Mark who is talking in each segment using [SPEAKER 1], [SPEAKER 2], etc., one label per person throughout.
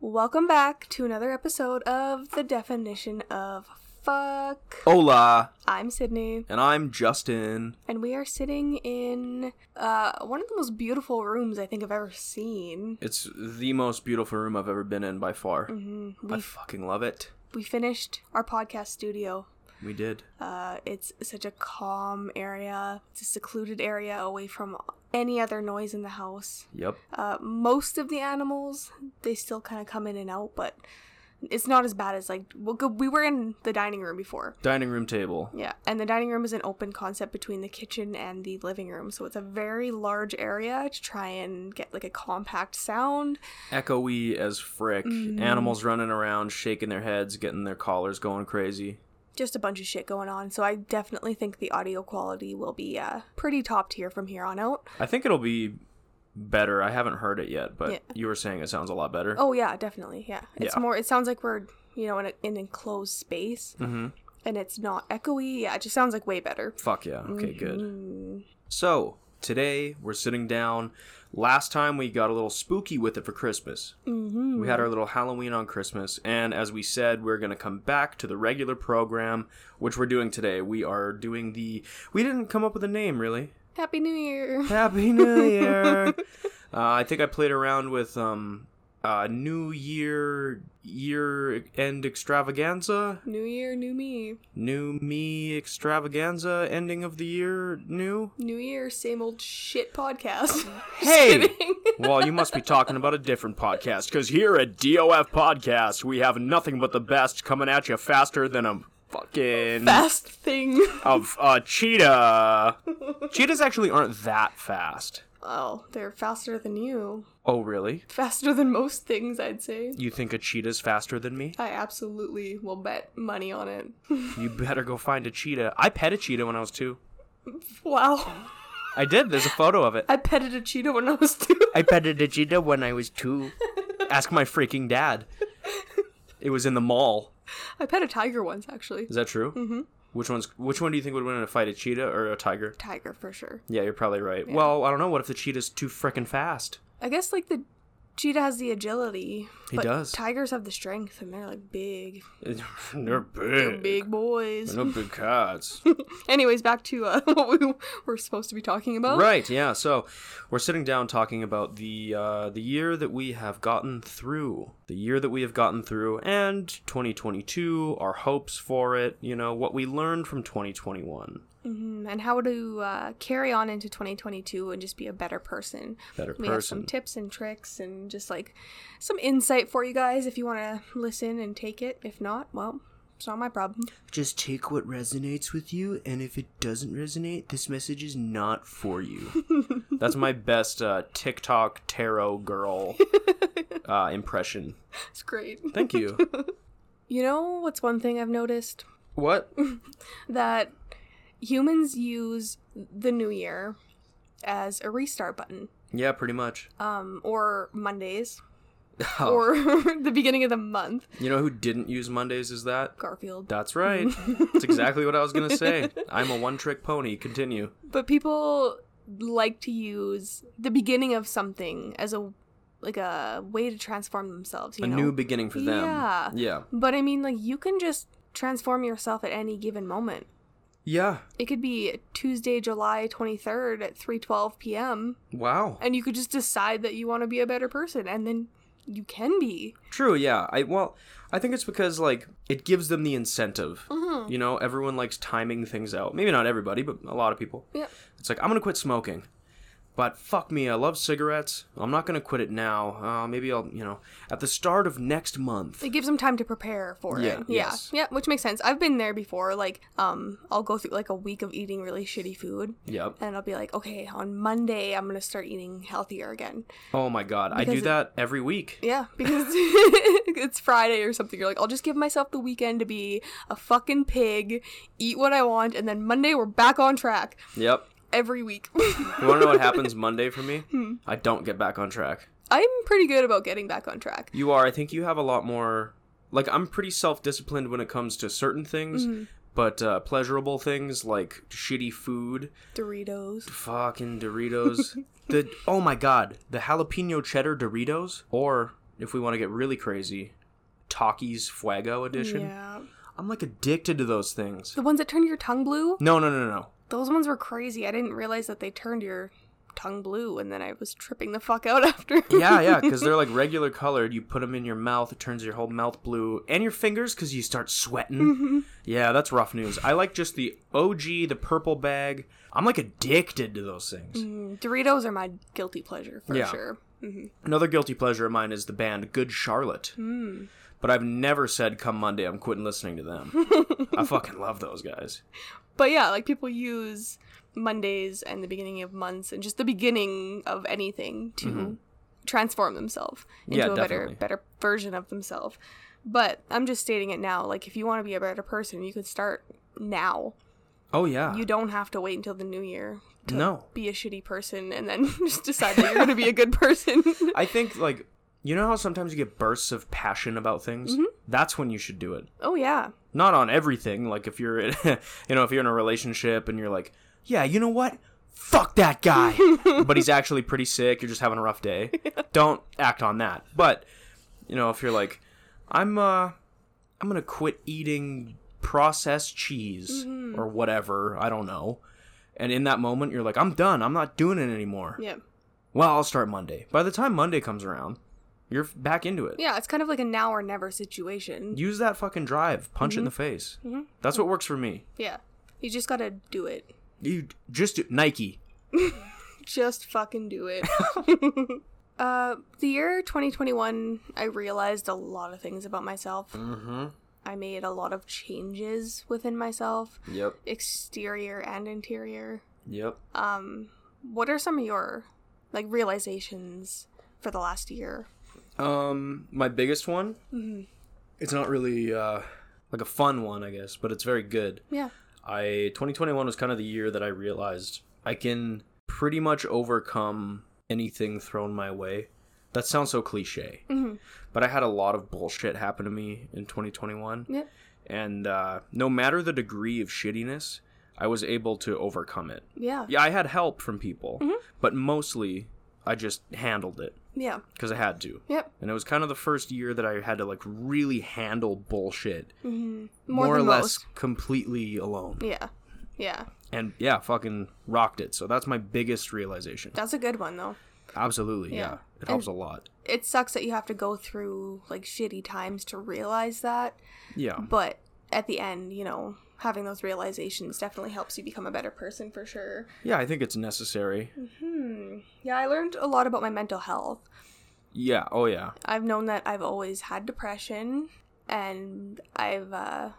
[SPEAKER 1] Welcome back to another episode of The Definition of Fuck.
[SPEAKER 2] Hola,
[SPEAKER 1] I'm Sydney,
[SPEAKER 2] and I'm Justin.
[SPEAKER 1] and we are sitting in uh, one of the most beautiful rooms I think I've ever seen.
[SPEAKER 2] It's the most beautiful room I've ever been in by far.
[SPEAKER 1] hmm
[SPEAKER 2] I
[SPEAKER 1] We,
[SPEAKER 2] fucking love it.
[SPEAKER 1] we finished our podcast studio.
[SPEAKER 2] We did.
[SPEAKER 1] Uh, it's such a calm area, it's a secluded area away from any other noise in the house.
[SPEAKER 2] Yep.
[SPEAKER 1] Uh, most of the animals they still kind of come in and out, but it's not as bad as like well, go- we were in the dining room before.
[SPEAKER 2] Dining room table.
[SPEAKER 1] Yeah, and the dining room is an open concept between the kitchen and the living room, so it's a very large area to try and get like a compact sound.
[SPEAKER 2] Echoey as frick.
[SPEAKER 1] Mm.
[SPEAKER 2] Animals running around, shaking their heads, getting their collars going crazy.
[SPEAKER 1] Just a bunch of shit going on, so I definitely think the audio quality will be uh, pretty top tier from here on out.
[SPEAKER 2] I think it'll be better. I haven't heard it yet, but
[SPEAKER 1] Yeah.
[SPEAKER 2] you were saying it sounds a lot better.
[SPEAKER 1] Oh yeah, definitely. Yeah, it's
[SPEAKER 2] Yeah.
[SPEAKER 1] more. It sounds like we're you know in a, an enclosed space,
[SPEAKER 2] Mm-hmm.
[SPEAKER 1] and it's not echoey. Yeah, it just sounds like way better.
[SPEAKER 2] Fuck yeah. Okay, good.
[SPEAKER 1] Mm,
[SPEAKER 2] So, today we're sitting down. Last time we got a little spooky with it for Christmas.
[SPEAKER 1] Mhm.
[SPEAKER 2] We had our little Halloween on Christmas, and as we said, we're going to come back to the regular program, which we're doing today. We are doing the. We didn't come up with a name, really.
[SPEAKER 1] Happy New Year.
[SPEAKER 2] Happy New Year! uh, I think I played around with um, uh, New Year year end extravaganza,
[SPEAKER 1] New Year, new me.
[SPEAKER 2] new me extravaganza, ending of the year, new.
[SPEAKER 1] New Year, same old shit podcast. Just
[SPEAKER 2] Hey!
[SPEAKER 1] kidding.
[SPEAKER 2] Well, you must be talking about a different podcast, because here at DOF Podcast, we have nothing but the best coming at you faster than a fucking.
[SPEAKER 1] Fast thing.
[SPEAKER 2] of uh, cheetah. Cheetahs actually aren't that fast.
[SPEAKER 1] Oh, they're faster than you.
[SPEAKER 2] Oh, really?
[SPEAKER 1] Faster than most things, I'd say.
[SPEAKER 2] You think a cheetah's faster than me?
[SPEAKER 1] I absolutely will bet money on it.
[SPEAKER 2] You better go find a cheetah. I pet a cheetah when I was two.
[SPEAKER 1] wow.
[SPEAKER 2] I did. There's a photo of it.
[SPEAKER 1] I petted a cheetah when I was two.
[SPEAKER 2] I petted a cheetah when I was two. Ask my freaking dad. It was in the mall.
[SPEAKER 1] I pet a tiger once, actually.
[SPEAKER 2] Is that true? Mm-hmm. Which one's? Which one do you think would win in a fight, a cheetah or a tiger?
[SPEAKER 1] Tiger, for sure.
[SPEAKER 2] Yeah, you're probably right. Well, I don't know. What if the cheetah's too frickin' fast?
[SPEAKER 1] I guess, like, the cheetah has the agility.
[SPEAKER 2] He
[SPEAKER 1] but
[SPEAKER 2] does.
[SPEAKER 1] Tigers have the strength, and they're, like, big.
[SPEAKER 2] They're
[SPEAKER 1] They're
[SPEAKER 2] big.
[SPEAKER 1] big boys.
[SPEAKER 2] No big cats.
[SPEAKER 1] Anyways, back to uh, what we were supposed to be talking about.
[SPEAKER 2] Right, yeah. So we're sitting down talking about the uh, the year that we have gotten through, the year that we have gotten through, and 2022, our hopes for it. You know what we learned from 2021.
[SPEAKER 1] Mhm, And how to uh, carry on into 2022 and just be a better person.
[SPEAKER 2] Better
[SPEAKER 1] We have some
[SPEAKER 2] person.
[SPEAKER 1] tips and tricks and just like some insight for you guys if you want to listen and take it. If not, well, it's not my problem.
[SPEAKER 2] Just take what resonates with you, and if it doesn't resonate, this message is not for you. That's my best uh, TikTok tarot girl uh, impression.
[SPEAKER 1] It's great.
[SPEAKER 2] Thank you.
[SPEAKER 1] You know what's one thing I've noticed?
[SPEAKER 2] What?
[SPEAKER 1] That humans use the new year as a restart button
[SPEAKER 2] Yeah, pretty much.
[SPEAKER 1] um, or Mondays
[SPEAKER 2] Oh,
[SPEAKER 1] or the beginning of the month.
[SPEAKER 2] you know who didn't use Mondays? Is that
[SPEAKER 1] Garfield.
[SPEAKER 2] That's right. That's exactly what I was going to say. I'm a one trick pony. Continue.
[SPEAKER 1] but people like to use the beginning of something as a like a way to transform themselves you
[SPEAKER 2] A
[SPEAKER 1] know
[SPEAKER 2] new beginning for them.
[SPEAKER 1] Yeah.
[SPEAKER 2] Yeah.
[SPEAKER 1] but i mean like you can just transform yourself at any given moment
[SPEAKER 2] Yeah.
[SPEAKER 1] it could be tuesday july 23rd at 3.12 p.m
[SPEAKER 2] Wow.
[SPEAKER 1] and you could just decide that you want to be a better person and then you can be
[SPEAKER 2] True. Yeah. I well, I think it's because like it gives them the incentive.
[SPEAKER 1] Mhm.
[SPEAKER 2] You know, everyone likes timing things out. Maybe not everybody, but a lot of people.
[SPEAKER 1] yeah
[SPEAKER 2] It's like I'm gonna quit smoking, but fuck me, I love cigarettes. I'm not gonna quit it now. Uh, maybe I'll, you know, at the start of next month.
[SPEAKER 1] it gives them time to prepare for
[SPEAKER 2] Yeah,
[SPEAKER 1] it yeah
[SPEAKER 2] yes.
[SPEAKER 1] yeah which makes sense i've been there before like um i'll go through like a week of eating really shitty food
[SPEAKER 2] Yep.
[SPEAKER 1] and I'll be like, okay, on Monday I'm gonna start eating healthier again.
[SPEAKER 2] Oh my god, I do
[SPEAKER 1] Because it-
[SPEAKER 2] that every week.
[SPEAKER 1] Yeah, because it's Friday or something. You're like, I'll just give myself the weekend to be a fucking pig, eat what I want, and then Monday we're back on track
[SPEAKER 2] Yep.
[SPEAKER 1] every week.
[SPEAKER 2] You want to know what happens Monday for me?
[SPEAKER 1] Hmm.
[SPEAKER 2] I don't get back on track.
[SPEAKER 1] I'm pretty good about getting back on track.
[SPEAKER 2] You are. I think you have a lot more. Like I'm pretty self-disciplined when it comes to certain things,
[SPEAKER 1] Mm-hmm.
[SPEAKER 2] but uh, pleasurable things like shitty food,
[SPEAKER 1] Doritos.
[SPEAKER 2] fucking Doritos. the oh my god, the jalapeno cheddar Doritos or if we want to get really crazy, Takis Fuego edition.
[SPEAKER 1] Yeah.
[SPEAKER 2] I'm like addicted to those things.
[SPEAKER 1] The ones that turn your tongue blue?
[SPEAKER 2] No, no, no, no, no.
[SPEAKER 1] Those ones were crazy. I didn't realize that they turned your tongue blue and then I was tripping the fuck out after.
[SPEAKER 2] yeah, yeah, because they're like regular colored. You put them in your mouth, it turns your whole mouth blue, and your fingers because you start sweating.
[SPEAKER 1] Mm-hmm.
[SPEAKER 2] Yeah, that's rough news. I like just the OG, the purple bag. I'm like addicted to those things.
[SPEAKER 1] Mm, Doritos are my guilty pleasure for
[SPEAKER 2] Yeah.
[SPEAKER 1] sure.
[SPEAKER 2] Another guilty pleasure of mine is the band Good Charlotte.
[SPEAKER 1] Mm.
[SPEAKER 2] But I've never said, come Monday, I'm quitting listening to them. I fucking love those guys.
[SPEAKER 1] But yeah, like people use Mondays and the beginning of months and just the beginning of anything to transform themselves into
[SPEAKER 2] Mm-hmm. Yeah,
[SPEAKER 1] a
[SPEAKER 2] definitely.
[SPEAKER 1] better better version of themselves. But I'm just stating it now. Like if you want to be a better person, you could start now.
[SPEAKER 2] Oh, yeah.
[SPEAKER 1] You don't have to wait until the new year to
[SPEAKER 2] No.
[SPEAKER 1] be a shitty person and then just decide that you're going to be a good person.
[SPEAKER 2] I think, like, you know how sometimes you get bursts of passion about things?
[SPEAKER 1] Mm-hmm.
[SPEAKER 2] That's when you should do it.
[SPEAKER 1] oh yeah.
[SPEAKER 2] not on everything like if you're in, you know if you're in a relationship and you're like yeah you know what fuck that guy but he's actually pretty sick you're just having a rough day don't act on that but you know if you're like i'm uh i'm gonna quit eating processed cheese
[SPEAKER 1] Mm-hmm.
[SPEAKER 2] or whatever i don't know and in that moment you're like i'm done i'm not doing it anymore
[SPEAKER 1] Yeah.
[SPEAKER 2] well i'll start monday by the time monday comes around you're f- back into it
[SPEAKER 1] Yeah, it's kind of like a now or never situation.
[SPEAKER 2] use that fucking drive punch
[SPEAKER 1] Mm-hmm.
[SPEAKER 2] it in the face that's what works for me
[SPEAKER 1] Yeah. You just got to do it.
[SPEAKER 2] You just do, Nike.
[SPEAKER 1] just fucking do it. uh, the year 2021, I realized a lot of things about myself.
[SPEAKER 2] Mm-hmm.
[SPEAKER 1] I made a lot of changes within myself,
[SPEAKER 2] Yep.
[SPEAKER 1] exterior and interior.
[SPEAKER 2] Yep.
[SPEAKER 1] Um, what are some of your like realizations for the last year?
[SPEAKER 2] Um, my biggest one. It's not really uh, like a fun one, I guess, but it's very good.
[SPEAKER 1] Yeah.
[SPEAKER 2] I 2021 was kind of the year that I realized I can pretty much overcome anything thrown my way. That sounds so cliche, but I had a lot of bullshit happen to me in 2021.
[SPEAKER 1] Yep.
[SPEAKER 2] And uh, no matter the degree of shittiness, I was able to overcome it.
[SPEAKER 1] Yeah.
[SPEAKER 2] Yeah, I had help from people,
[SPEAKER 1] Mm-hmm.
[SPEAKER 2] but mostly I just handled it
[SPEAKER 1] Yeah.
[SPEAKER 2] because I had to.
[SPEAKER 1] Yep.
[SPEAKER 2] And it was kind of the first year that I had to like really handle bullshit
[SPEAKER 1] More,
[SPEAKER 2] or
[SPEAKER 1] than
[SPEAKER 2] less completely alone.
[SPEAKER 1] most. Yeah. Yeah.
[SPEAKER 2] And yeah, fucking rocked it. So that's my biggest realization.
[SPEAKER 1] That's a good one though.
[SPEAKER 2] Absolutely, yeah.
[SPEAKER 1] Yeah.
[SPEAKER 2] It helps a lot.
[SPEAKER 1] It sucks that you have to go through like shitty times to realize that.
[SPEAKER 2] Yeah.
[SPEAKER 1] but at the end, you know, having those realizations definitely helps you become a better person for sure.
[SPEAKER 2] Yeah, I think it's necessary.
[SPEAKER 1] Hmm. Yeah, I learned a lot about my mental health.
[SPEAKER 2] Yeah, oh yeah.
[SPEAKER 1] I've known that I've always had depression, and I've uh,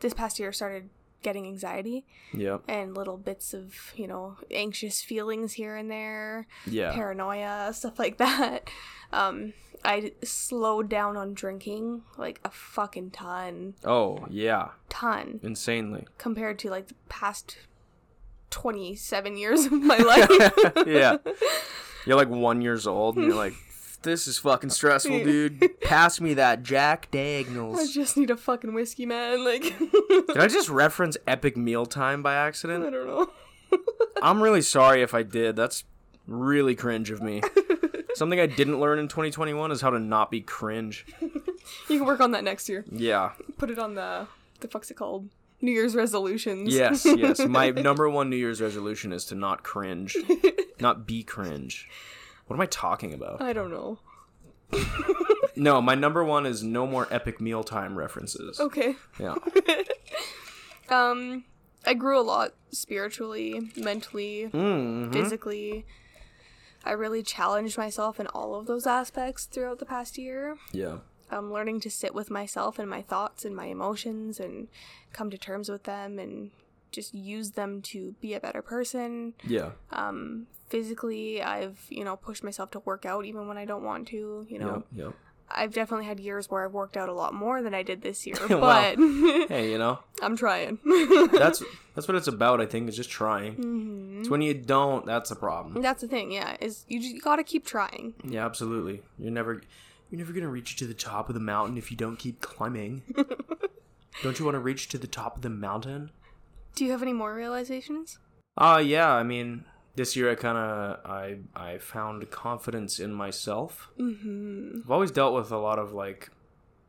[SPEAKER 1] this past year started getting anxiety
[SPEAKER 2] Yep.
[SPEAKER 1] and little bits of you know anxious feelings here and there,
[SPEAKER 2] Yeah.
[SPEAKER 1] paranoia, stuff like that. Um, I slowed down on drinking like a fucking ton,
[SPEAKER 2] Oh, yeah.
[SPEAKER 1] ton.
[SPEAKER 2] Insanely.
[SPEAKER 1] compared to like the past 27 years of my life.
[SPEAKER 2] yeah. You're like one years old and you're like, this is fucking stressful, dude. Pass me that Jack
[SPEAKER 1] I
[SPEAKER 2] Daniels.
[SPEAKER 1] just need a fucking whiskey, man. Like,
[SPEAKER 2] Did I just reference Epic Mealtime by
[SPEAKER 1] I
[SPEAKER 2] accident?
[SPEAKER 1] don't know.
[SPEAKER 2] I'm really sorry if I did. That's really cringe of me. Something I didn't learn in 2021 is how to not be cringe.
[SPEAKER 1] You can work on that next year.
[SPEAKER 2] Yeah.
[SPEAKER 1] Put it on the, the fuck's it called? New Year's resolutions.
[SPEAKER 2] Yes, yes. My number one New Year's resolution is to not cringe, not be cringe. What am I talking about?
[SPEAKER 1] I don't know.
[SPEAKER 2] No, my number one is no more epic mealtime references.
[SPEAKER 1] Okay.
[SPEAKER 2] Yeah.
[SPEAKER 1] Um, I grew a lot spiritually, mentally,
[SPEAKER 2] Mm,
[SPEAKER 1] physically. I really challenged myself in all of those aspects throughout the past year.
[SPEAKER 2] yeah.
[SPEAKER 1] um, learning to sit with myself and my thoughts and my emotions and come to terms with them and just use them to be a better person.
[SPEAKER 2] Yeah.
[SPEAKER 1] Um, physically, I've, you know, pushed myself to work out even when I don't want to, you know.
[SPEAKER 2] Yep, yep.
[SPEAKER 1] I've definitely had years where I've worked out a lot more than I did this year,
[SPEAKER 2] Wow.
[SPEAKER 1] but
[SPEAKER 2] Hey, you know,
[SPEAKER 1] I'm trying.
[SPEAKER 2] that's that's what it's about. I think is just trying.
[SPEAKER 1] Mm-hmm.
[SPEAKER 2] It's when you don't that's the problem.
[SPEAKER 1] That's the thing, yeah, is you just got to keep trying.
[SPEAKER 2] Yeah, absolutely. You're never you're never gonna reach to the top of the mountain if you don't keep climbing. don't you want to reach to the top of the mountain?
[SPEAKER 1] Do you have any more realizations?
[SPEAKER 2] Uh yeah. I mean, this year I kind of I I found confidence in myself.
[SPEAKER 1] Mm-hmm.
[SPEAKER 2] I've always dealt with a lot of like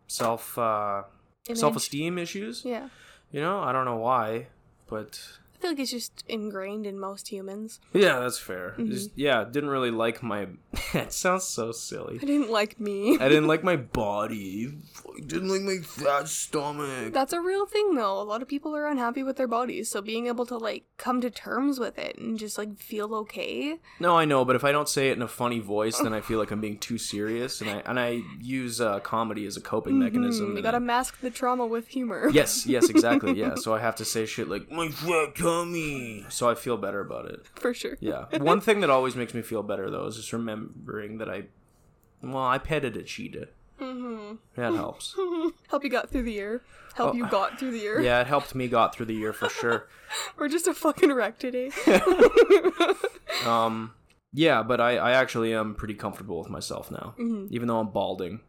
[SPEAKER 2] self uh,
[SPEAKER 1] Image.
[SPEAKER 2] self esteem issues.
[SPEAKER 1] Yeah.
[SPEAKER 2] You know, I don't know why, but
[SPEAKER 1] I feel like it's just ingrained in most humans.
[SPEAKER 2] yeah, that's fair.
[SPEAKER 1] Mm-hmm.
[SPEAKER 2] Just, yeah, didn't really like my. it sounds so silly.
[SPEAKER 1] I didn't like me.
[SPEAKER 2] I didn't like my body. Didn't like my fat stomach.
[SPEAKER 1] That's a real thing though. A lot of people are unhappy with their bodies, so being able to like come to terms with it and just like feel okay.
[SPEAKER 2] No, I know, but if I don't say it in a funny voice, then I feel like I'm being too serious, and I and I use uh, comedy as a coping mechanism.
[SPEAKER 1] Mm-hmm. You
[SPEAKER 2] and
[SPEAKER 1] gotta
[SPEAKER 2] I-
[SPEAKER 1] mask the trauma with humor.
[SPEAKER 2] Yes, yes, exactly. Yeah. So I have to say shit like my fat tummy, so I feel better about it.
[SPEAKER 1] For sure.
[SPEAKER 2] Yeah. One thing that always makes me feel better though is just remembering that I, well, I petted a cheetah. Mm-hmm. That helps.
[SPEAKER 1] Help you got through the year. Help you got through the year.
[SPEAKER 2] Oh. Yeah, it helped me got through the year for sure.
[SPEAKER 1] We're just a fucking wreck today.
[SPEAKER 2] Um, yeah, but I, I actually am pretty comfortable with myself now, even though I'm balding.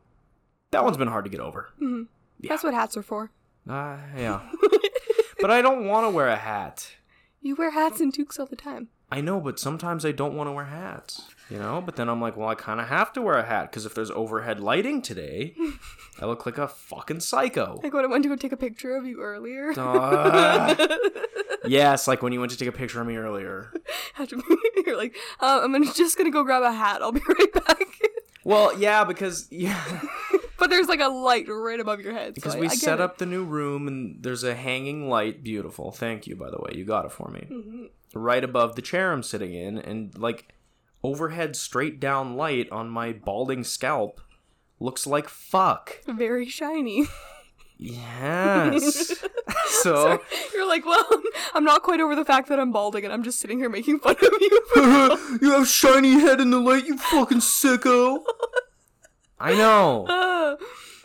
[SPEAKER 2] That one's been hard to get over.
[SPEAKER 1] That's what hats are for.
[SPEAKER 2] Uh, yeah. but I don't want to wear a hat.
[SPEAKER 1] You wear hats and toques all the time.
[SPEAKER 2] I know, but sometimes I don't want to wear hats, you know? But then I'm like, well, I kind of have to wear a hat because if there's overhead lighting today, I look like a fucking psycho.
[SPEAKER 1] Like when I went to go take a picture of you earlier.
[SPEAKER 2] Duh. yes, like when you went to take a picture of me earlier.
[SPEAKER 1] Had to- You're like, uh, I'm gonna- just gonna go grab a hat. I'll be right back.
[SPEAKER 2] Well, yeah, because yeah,
[SPEAKER 1] but there's like a light right above your head. so
[SPEAKER 2] because
[SPEAKER 1] I-
[SPEAKER 2] we
[SPEAKER 1] I get
[SPEAKER 2] set
[SPEAKER 1] it.
[SPEAKER 2] up the new room and there's a hanging light. Beautiful. Thank you, by the way. You got it for me.
[SPEAKER 1] Mm-hmm.
[SPEAKER 2] Right above the chair I'm sitting in, and like overhead straight down light on my balding scalp looks like fuck.
[SPEAKER 1] very shiny.
[SPEAKER 2] Yes. so
[SPEAKER 1] You're like, well, I'm not quite over the fact that I'm balding and I'm just sitting here making fun of you.
[SPEAKER 2] you have shiny head in the light, you fucking sicko. I know.
[SPEAKER 1] Uh,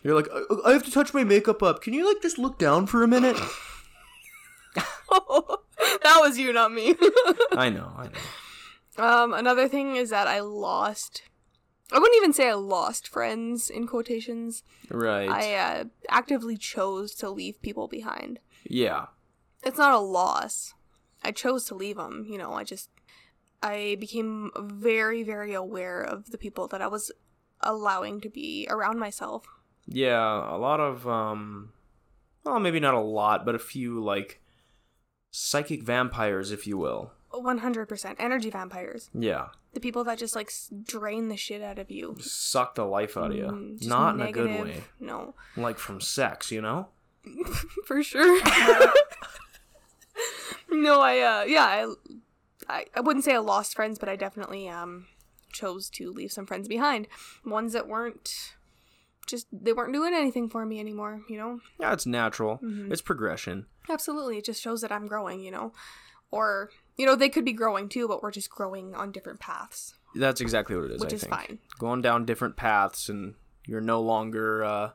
[SPEAKER 2] You're like, I, I have to touch my makeup up. Can you like just look down for a minute?
[SPEAKER 1] that was you, not me.
[SPEAKER 2] I know, I know.
[SPEAKER 1] Um, another thing is that I lost. I wouldn't even say I lost friends in quotations.
[SPEAKER 2] Right.
[SPEAKER 1] I uh, actively chose to leave people behind.
[SPEAKER 2] yeah.
[SPEAKER 1] It's not a loss. I chose to leave them. You know, I just I became very, very aware of the people that I was allowing to be around myself.
[SPEAKER 2] Yeah, a lot of um well, maybe not a lot, but a few like psychic vampires, if you will.
[SPEAKER 1] One hundred percent energy vampires.
[SPEAKER 2] Yeah.
[SPEAKER 1] The people that just like s- drain the shit out of you.
[SPEAKER 2] Suck the life out of you.
[SPEAKER 1] Mm, just
[SPEAKER 2] Oh, not in a good way.
[SPEAKER 1] negative. No,
[SPEAKER 2] Like from sex, you know?
[SPEAKER 1] for sure. no, I uh yeah, I, I I wouldn't say I lost friends, but I definitely um chose to leave some friends behind. Ones that weren't just they weren't doing anything for me anymore, you know?
[SPEAKER 2] Yeah, it's natural.
[SPEAKER 1] Mm-hmm.
[SPEAKER 2] It's progression.
[SPEAKER 1] Absolutely. It just shows that I'm growing, you know. Or you know, they could be growing too, but we're just growing on different paths,
[SPEAKER 2] That's exactly what it is,
[SPEAKER 1] which
[SPEAKER 2] I
[SPEAKER 1] is
[SPEAKER 2] think.
[SPEAKER 1] fine.
[SPEAKER 2] Going down different paths and you're no longer uh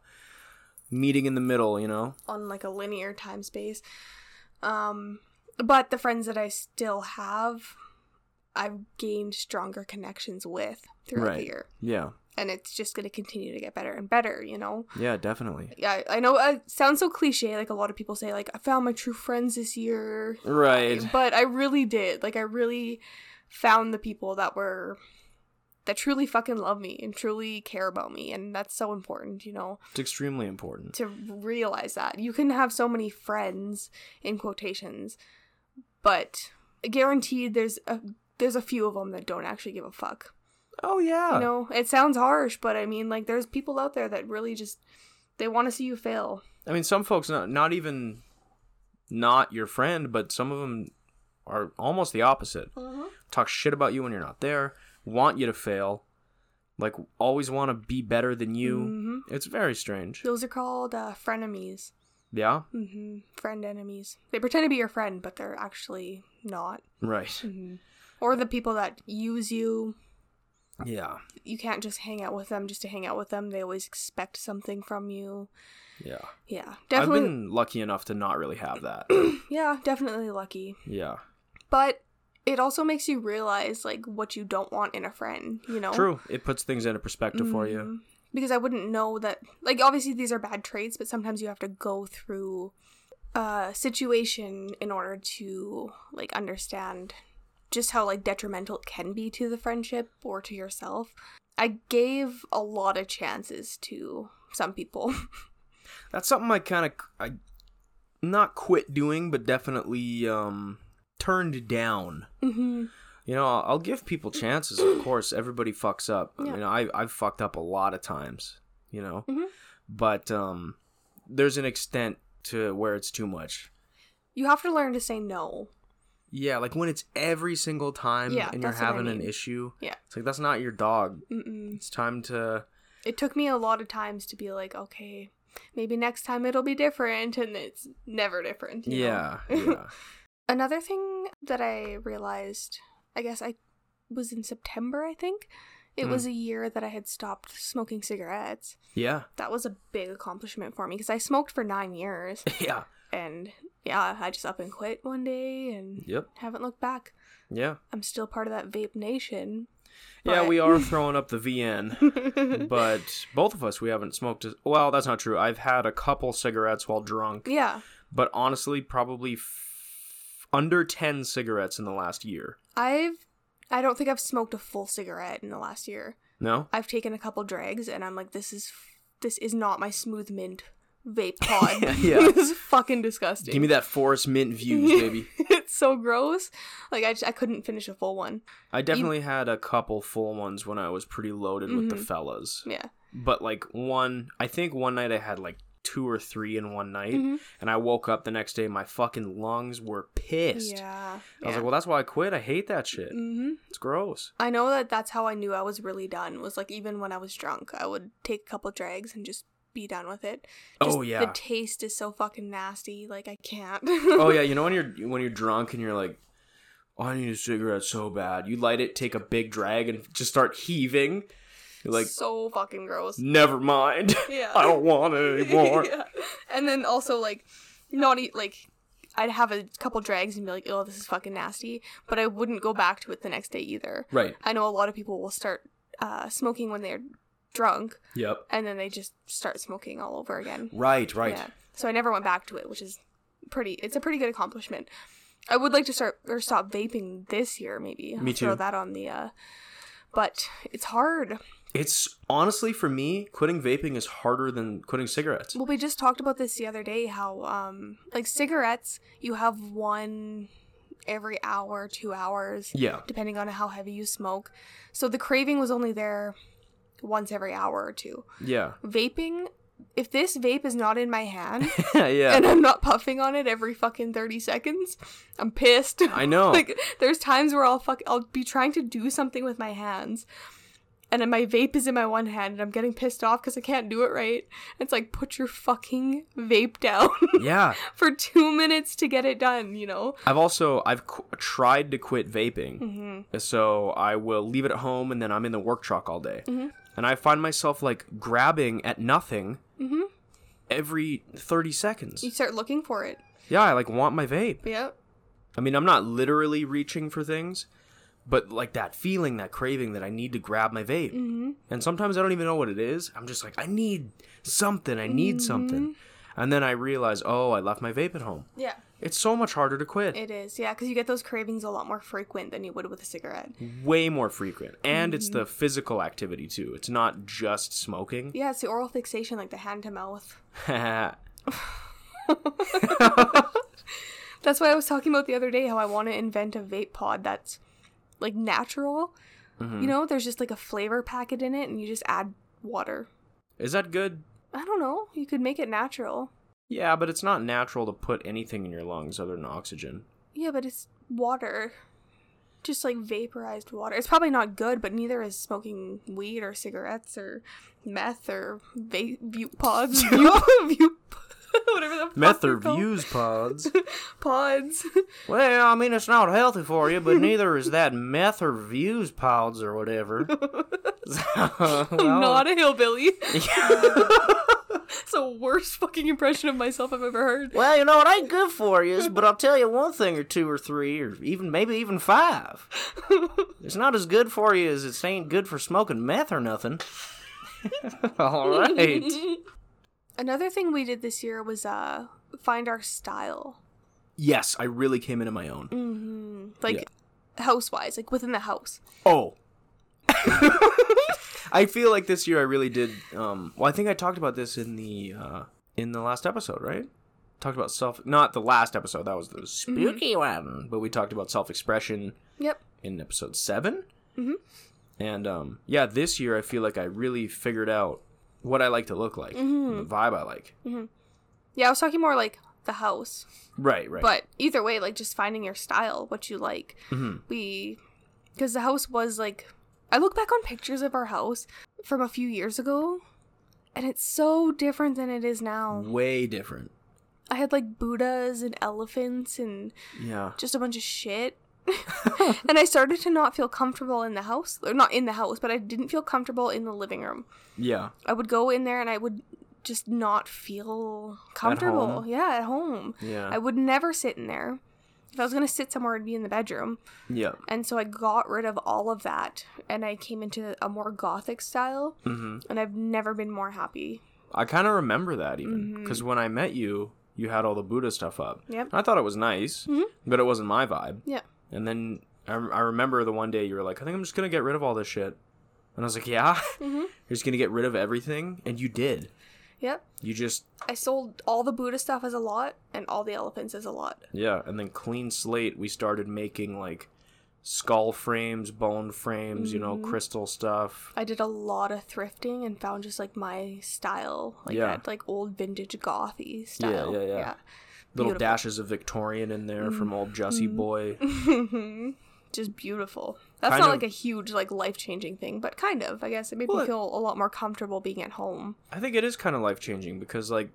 [SPEAKER 2] meeting in the middle, you know?
[SPEAKER 1] on like a linear time space. Um, but the friends that I still have, I've gained stronger connections with throughout
[SPEAKER 2] Right.
[SPEAKER 1] the year,
[SPEAKER 2] Yeah.
[SPEAKER 1] and it's just going to continue to get better and better. You know,
[SPEAKER 2] Yeah, definitely.
[SPEAKER 1] yeah, I know it sounds so cliche. Like a lot of people say, like I found my true friends this year,
[SPEAKER 2] Right.
[SPEAKER 1] but I really did. Like I really found the people that were that truly fucking love me and truly care about me and that's so important you know
[SPEAKER 2] It's extremely important.
[SPEAKER 1] to realize that you can have so many friends in quotations but guaranteed there's a there's a few of them that don't actually give a fuck
[SPEAKER 2] Oh yeah.
[SPEAKER 1] you know it sounds harsh but i mean like there's people out there that really just they want to see you fail
[SPEAKER 2] I mean, some folks not not even not your friend, but some of them are almost the opposite. Talk shit about you when you're not there. Want you to fail. Like always want to be better than you.
[SPEAKER 1] Mhm.
[SPEAKER 2] It's very strange.
[SPEAKER 1] those are called uh, frenemies
[SPEAKER 2] Yeah.
[SPEAKER 1] hmm friend enemies they pretend to be your friend but they're actually not
[SPEAKER 2] Right.
[SPEAKER 1] or the people that use you
[SPEAKER 2] Yeah.
[SPEAKER 1] you can't just hang out with them just to hang out with them they always expect something from you
[SPEAKER 2] Yeah.
[SPEAKER 1] yeah
[SPEAKER 2] I've
[SPEAKER 1] definitely
[SPEAKER 2] been lucky enough to not really have that.
[SPEAKER 1] Yeah, definitely lucky.
[SPEAKER 2] yeah.
[SPEAKER 1] But it also makes you realize like what you don't want in a friend, you know? Mm-hmm.
[SPEAKER 2] True. Mm. It puts things into perspective for you.
[SPEAKER 1] Because I wouldn't know that like obviously these are bad traits, but sometimes you have to go uh, through a situation in order to like understand just how like detrimental it can be to the friendship or to yourself. I gave a lot of chances to some people.
[SPEAKER 2] That's something I kind of I not quit doing, but definitely um turned down.
[SPEAKER 1] mm-hmm.
[SPEAKER 2] You know, I'll, I'll give people chances. Of course, everybody fucks up. I
[SPEAKER 1] Yeah.
[SPEAKER 2] mean, I I've fucked up a lot of times. You know,
[SPEAKER 1] Mhm.
[SPEAKER 2] but um, there's an extent to where it's too much.
[SPEAKER 1] You have to learn to say no.
[SPEAKER 2] Yeah, like when it's every single time
[SPEAKER 1] Yeah,
[SPEAKER 2] and you're
[SPEAKER 1] that's what I
[SPEAKER 2] having an
[SPEAKER 1] mean.
[SPEAKER 2] issue.
[SPEAKER 1] Yeah.
[SPEAKER 2] It's like that's not your dog.
[SPEAKER 1] Mm-mm.
[SPEAKER 2] It's time to
[SPEAKER 1] It took me a lot of times to be like, okay, maybe next time it'll be different, and it's never different. you know?
[SPEAKER 2] yeah, yeah.
[SPEAKER 1] Another thing that I realized, I guess I was in September, I think. It
[SPEAKER 2] Mm.
[SPEAKER 1] was a year that I had stopped smoking cigarettes.
[SPEAKER 2] Yeah.
[SPEAKER 1] That was a big accomplishment for me because I smoked for nine years.
[SPEAKER 2] Yeah.
[SPEAKER 1] And yeah, I just up and quit one day and
[SPEAKER 2] Yep.
[SPEAKER 1] haven't looked back.
[SPEAKER 2] Yeah.
[SPEAKER 1] I'm still part of that vape nation.
[SPEAKER 2] Yeah,
[SPEAKER 1] but-
[SPEAKER 2] we are throwing up the VN. but both of us we haven't smoked as well that's not true i've had a couple cigarettes while drunk
[SPEAKER 1] yeah,
[SPEAKER 2] but honestly probably f- under 10 cigarettes in the last year
[SPEAKER 1] I've. I don't think I've smoked a full cigarette in the last year.
[SPEAKER 2] no
[SPEAKER 1] I've taken a couple drags and I'm like, this is this is not my smooth mint vape pod.
[SPEAKER 2] Yeah.
[SPEAKER 1] this is fucking disgusting.
[SPEAKER 2] give me that forest mint views baby
[SPEAKER 1] it's so gross. Like I, just, I couldn't finish a full one.
[SPEAKER 2] i definitely had a couple full ones when i was pretty loaded with
[SPEAKER 1] Mm-hmm.
[SPEAKER 2] the fellas
[SPEAKER 1] Yeah.
[SPEAKER 2] but like one i think one night i had like two or three in one night
[SPEAKER 1] Mhm.
[SPEAKER 2] and i woke up the next day my fucking lungs were pissed
[SPEAKER 1] Yeah.
[SPEAKER 2] i was like well that's why i quit i hate that shit
[SPEAKER 1] hmm
[SPEAKER 2] it's gross
[SPEAKER 1] I know that that's how I knew I was really done. Was like even when I was drunk, I would take a couple drags and just be done with it. Just
[SPEAKER 2] oh yeah
[SPEAKER 1] The taste is so fucking nasty. Like I can't.
[SPEAKER 2] oh yeah, you know when you're when you're drunk and you're like, oh, I need a cigarette so bad. You light it, take a big drag, and just start heaving. You're like,
[SPEAKER 1] so fucking gross.
[SPEAKER 2] never mind.
[SPEAKER 1] Yeah.
[SPEAKER 2] I don't want it anymore.
[SPEAKER 1] yeah. And then also like not eat like I'd have a couple drags and be like, "Oh, this is fucking nasty," but I wouldn't go back to it the next day either.
[SPEAKER 2] Right.
[SPEAKER 1] I know a lot of people will start uh, smoking when they're drunk,
[SPEAKER 2] Yep.
[SPEAKER 1] and then they just start smoking all over again.
[SPEAKER 2] Right. Right.
[SPEAKER 1] Yeah. So I never went back to it, which is pretty. It's a pretty good accomplishment. I would like to start or stop vaping this year, maybe.
[SPEAKER 2] Me
[SPEAKER 1] Throw
[SPEAKER 2] too.
[SPEAKER 1] that on the. Uh, but it's hard.
[SPEAKER 2] It's honestly for me, quitting vaping is harder than quitting cigarettes.
[SPEAKER 1] Well, we just talked about this the other day. How um, like cigarettes, you have one every hour, two hours.
[SPEAKER 2] Yeah.
[SPEAKER 1] depending on how heavy you smoke. So the craving was only there once every hour or two.
[SPEAKER 2] Yeah.
[SPEAKER 1] Vaping, if this vape is not in my hand
[SPEAKER 2] yeah.
[SPEAKER 1] and I'm not puffing on it every fucking 30 seconds, I'm pissed.
[SPEAKER 2] I know.
[SPEAKER 1] like there's times where I'll fuck I'll be trying to do something with my hands and then my vape is in my one hand and I'm getting pissed off cuz I can't do it right. It's like put your fucking vape down
[SPEAKER 2] yeah.
[SPEAKER 1] for 2 minutes to get it done, you know.
[SPEAKER 2] I've also I've qu- tried to quit vaping.
[SPEAKER 1] Mhm.
[SPEAKER 2] so I will leave it at home and then I'm in the work truck all day.
[SPEAKER 1] Mhm.
[SPEAKER 2] And I find myself like grabbing at nothing
[SPEAKER 1] Mhm.
[SPEAKER 2] every 30 seconds.
[SPEAKER 1] You start looking for it.
[SPEAKER 2] Yeah, I like want my vape.
[SPEAKER 1] Yep.
[SPEAKER 2] I mean, I'm not literally reaching for things, but like that feeling, that craving that I need to grab my vape.
[SPEAKER 1] Mhm.
[SPEAKER 2] And sometimes I don't even know what it is. I'm just like, I need something. I need something. And then I realize, oh, I left my vape at home.
[SPEAKER 1] Yeah.
[SPEAKER 2] It's so much harder to quit.
[SPEAKER 1] It is, yeah, because you get those cravings a lot more frequent than you would with a cigarette.
[SPEAKER 2] Way more frequent. And it's
[SPEAKER 1] Mm-hmm.
[SPEAKER 2] the physical activity too. It's not just smoking. Mm-hmm.
[SPEAKER 1] Yeah, it's the oral fixation, like the hand to mouth.
[SPEAKER 2] yeah,
[SPEAKER 1] That's why I was talking about the other day how I want to invent a vape pod that's like natural.
[SPEAKER 2] Mm.
[SPEAKER 1] You know, there's just like a flavor packet in it, and you just add water.
[SPEAKER 2] is that good?
[SPEAKER 1] I don't know. You could make it natural.
[SPEAKER 2] Yeah, but it's not natural to put anything in your lungs other than oxygen.
[SPEAKER 1] Yeah, but it's water. Just like vaporized water. It's probably not good, but neither is smoking weed or cigarettes or meth or vape view pods. view, view, whatever the fuck
[SPEAKER 2] Meth
[SPEAKER 1] they're
[SPEAKER 2] or
[SPEAKER 1] called.
[SPEAKER 2] views pods.
[SPEAKER 1] pods.
[SPEAKER 2] well, I mean, it's not healthy for you, but neither is that meth or views pods or whatever.
[SPEAKER 1] I'm not a hillbilly. It's the worst fucking impression of myself I've ever heard.
[SPEAKER 2] well, you know, it ain't good for you, but I'll tell you one thing or two or three or even maybe even five. It's not as good for you as it ain't good for smoking meth or nothing. All right.
[SPEAKER 1] Another thing we did this year was uh find our style.
[SPEAKER 2] Yes, I really came into my own.
[SPEAKER 1] Mm-hmm. Like house wise, like within the house.
[SPEAKER 2] Oh. I feel like this year I really did. Um, well, I think I talked about this in the uh, in the last episode, right? Talked about self, not the last episode. That was the spooky one, but we talked about self expression
[SPEAKER 1] Yep.
[SPEAKER 2] in episode 7
[SPEAKER 1] Mm-hmm.
[SPEAKER 2] And um, yeah, this year I feel like I really figured out what I like to look like,
[SPEAKER 1] Mm-hmm.
[SPEAKER 2] and the vibe I like.
[SPEAKER 1] Yeah, I was talking more like the house.
[SPEAKER 2] Right, right.
[SPEAKER 1] But either way, like just finding your style, what you like.
[SPEAKER 2] Mhm.
[SPEAKER 1] We, because the house was like, I look back on pictures of our house from a few years ago, and it's so different than it is now.
[SPEAKER 2] Way different.
[SPEAKER 1] I had like Buddhas and elephants and
[SPEAKER 2] Yeah.
[SPEAKER 1] just a bunch of shit. and I started to not feel comfortable in the house, or not in the house, but I didn't feel comfortable in the living room.
[SPEAKER 2] Yeah.
[SPEAKER 1] I would go in there and I would just not feel comfortable.
[SPEAKER 2] home?
[SPEAKER 1] Yeah, at home.
[SPEAKER 2] Yeah.
[SPEAKER 1] I would never sit in there. If I was going to sit somewhere, it'd be in the bedroom.
[SPEAKER 2] yeah.
[SPEAKER 1] And so I got rid of all of that and I came into a more gothic style.
[SPEAKER 2] hmm
[SPEAKER 1] And I've never been more happy.
[SPEAKER 2] I kind of remember that
[SPEAKER 1] Mhm.
[SPEAKER 2] even because when I met you, you had all the Buddha stuff up.
[SPEAKER 1] Yep.
[SPEAKER 2] I thought it was nice,
[SPEAKER 1] Mhm.
[SPEAKER 2] but it wasn't my vibe.
[SPEAKER 1] Yeah.
[SPEAKER 2] And then I, I remember the one day you were like, I think I'm just going to get rid of all this shit. And I was like, yeah,
[SPEAKER 1] hmm
[SPEAKER 2] you're just going to get rid of everything. And you did.
[SPEAKER 1] Yep.
[SPEAKER 2] You just,
[SPEAKER 1] I sold all the Buddha stuff as a lot and all the elephants as a lot.
[SPEAKER 2] yeah. And then clean slate, we started making like skull frames, bone frames, you know,
[SPEAKER 1] Mhm.
[SPEAKER 2] crystal stuff.
[SPEAKER 1] I did a lot of thrifting and found just like my style, like
[SPEAKER 2] Yeah.
[SPEAKER 1] that, like old vintage gothy style.
[SPEAKER 2] yeah, yeah. Little
[SPEAKER 1] Beautiful. Mm-hmm.
[SPEAKER 2] dashes of Victorian in there from old Jussie boy.
[SPEAKER 1] Mhm. just beautiful. That's
[SPEAKER 2] Kind
[SPEAKER 1] not
[SPEAKER 2] of-
[SPEAKER 1] like a huge, like life changing thing, but kind of. I guess it made
[SPEAKER 2] Well, it-
[SPEAKER 1] me feel a lot more comfortable being at home.
[SPEAKER 2] I think it is kind of life changing because like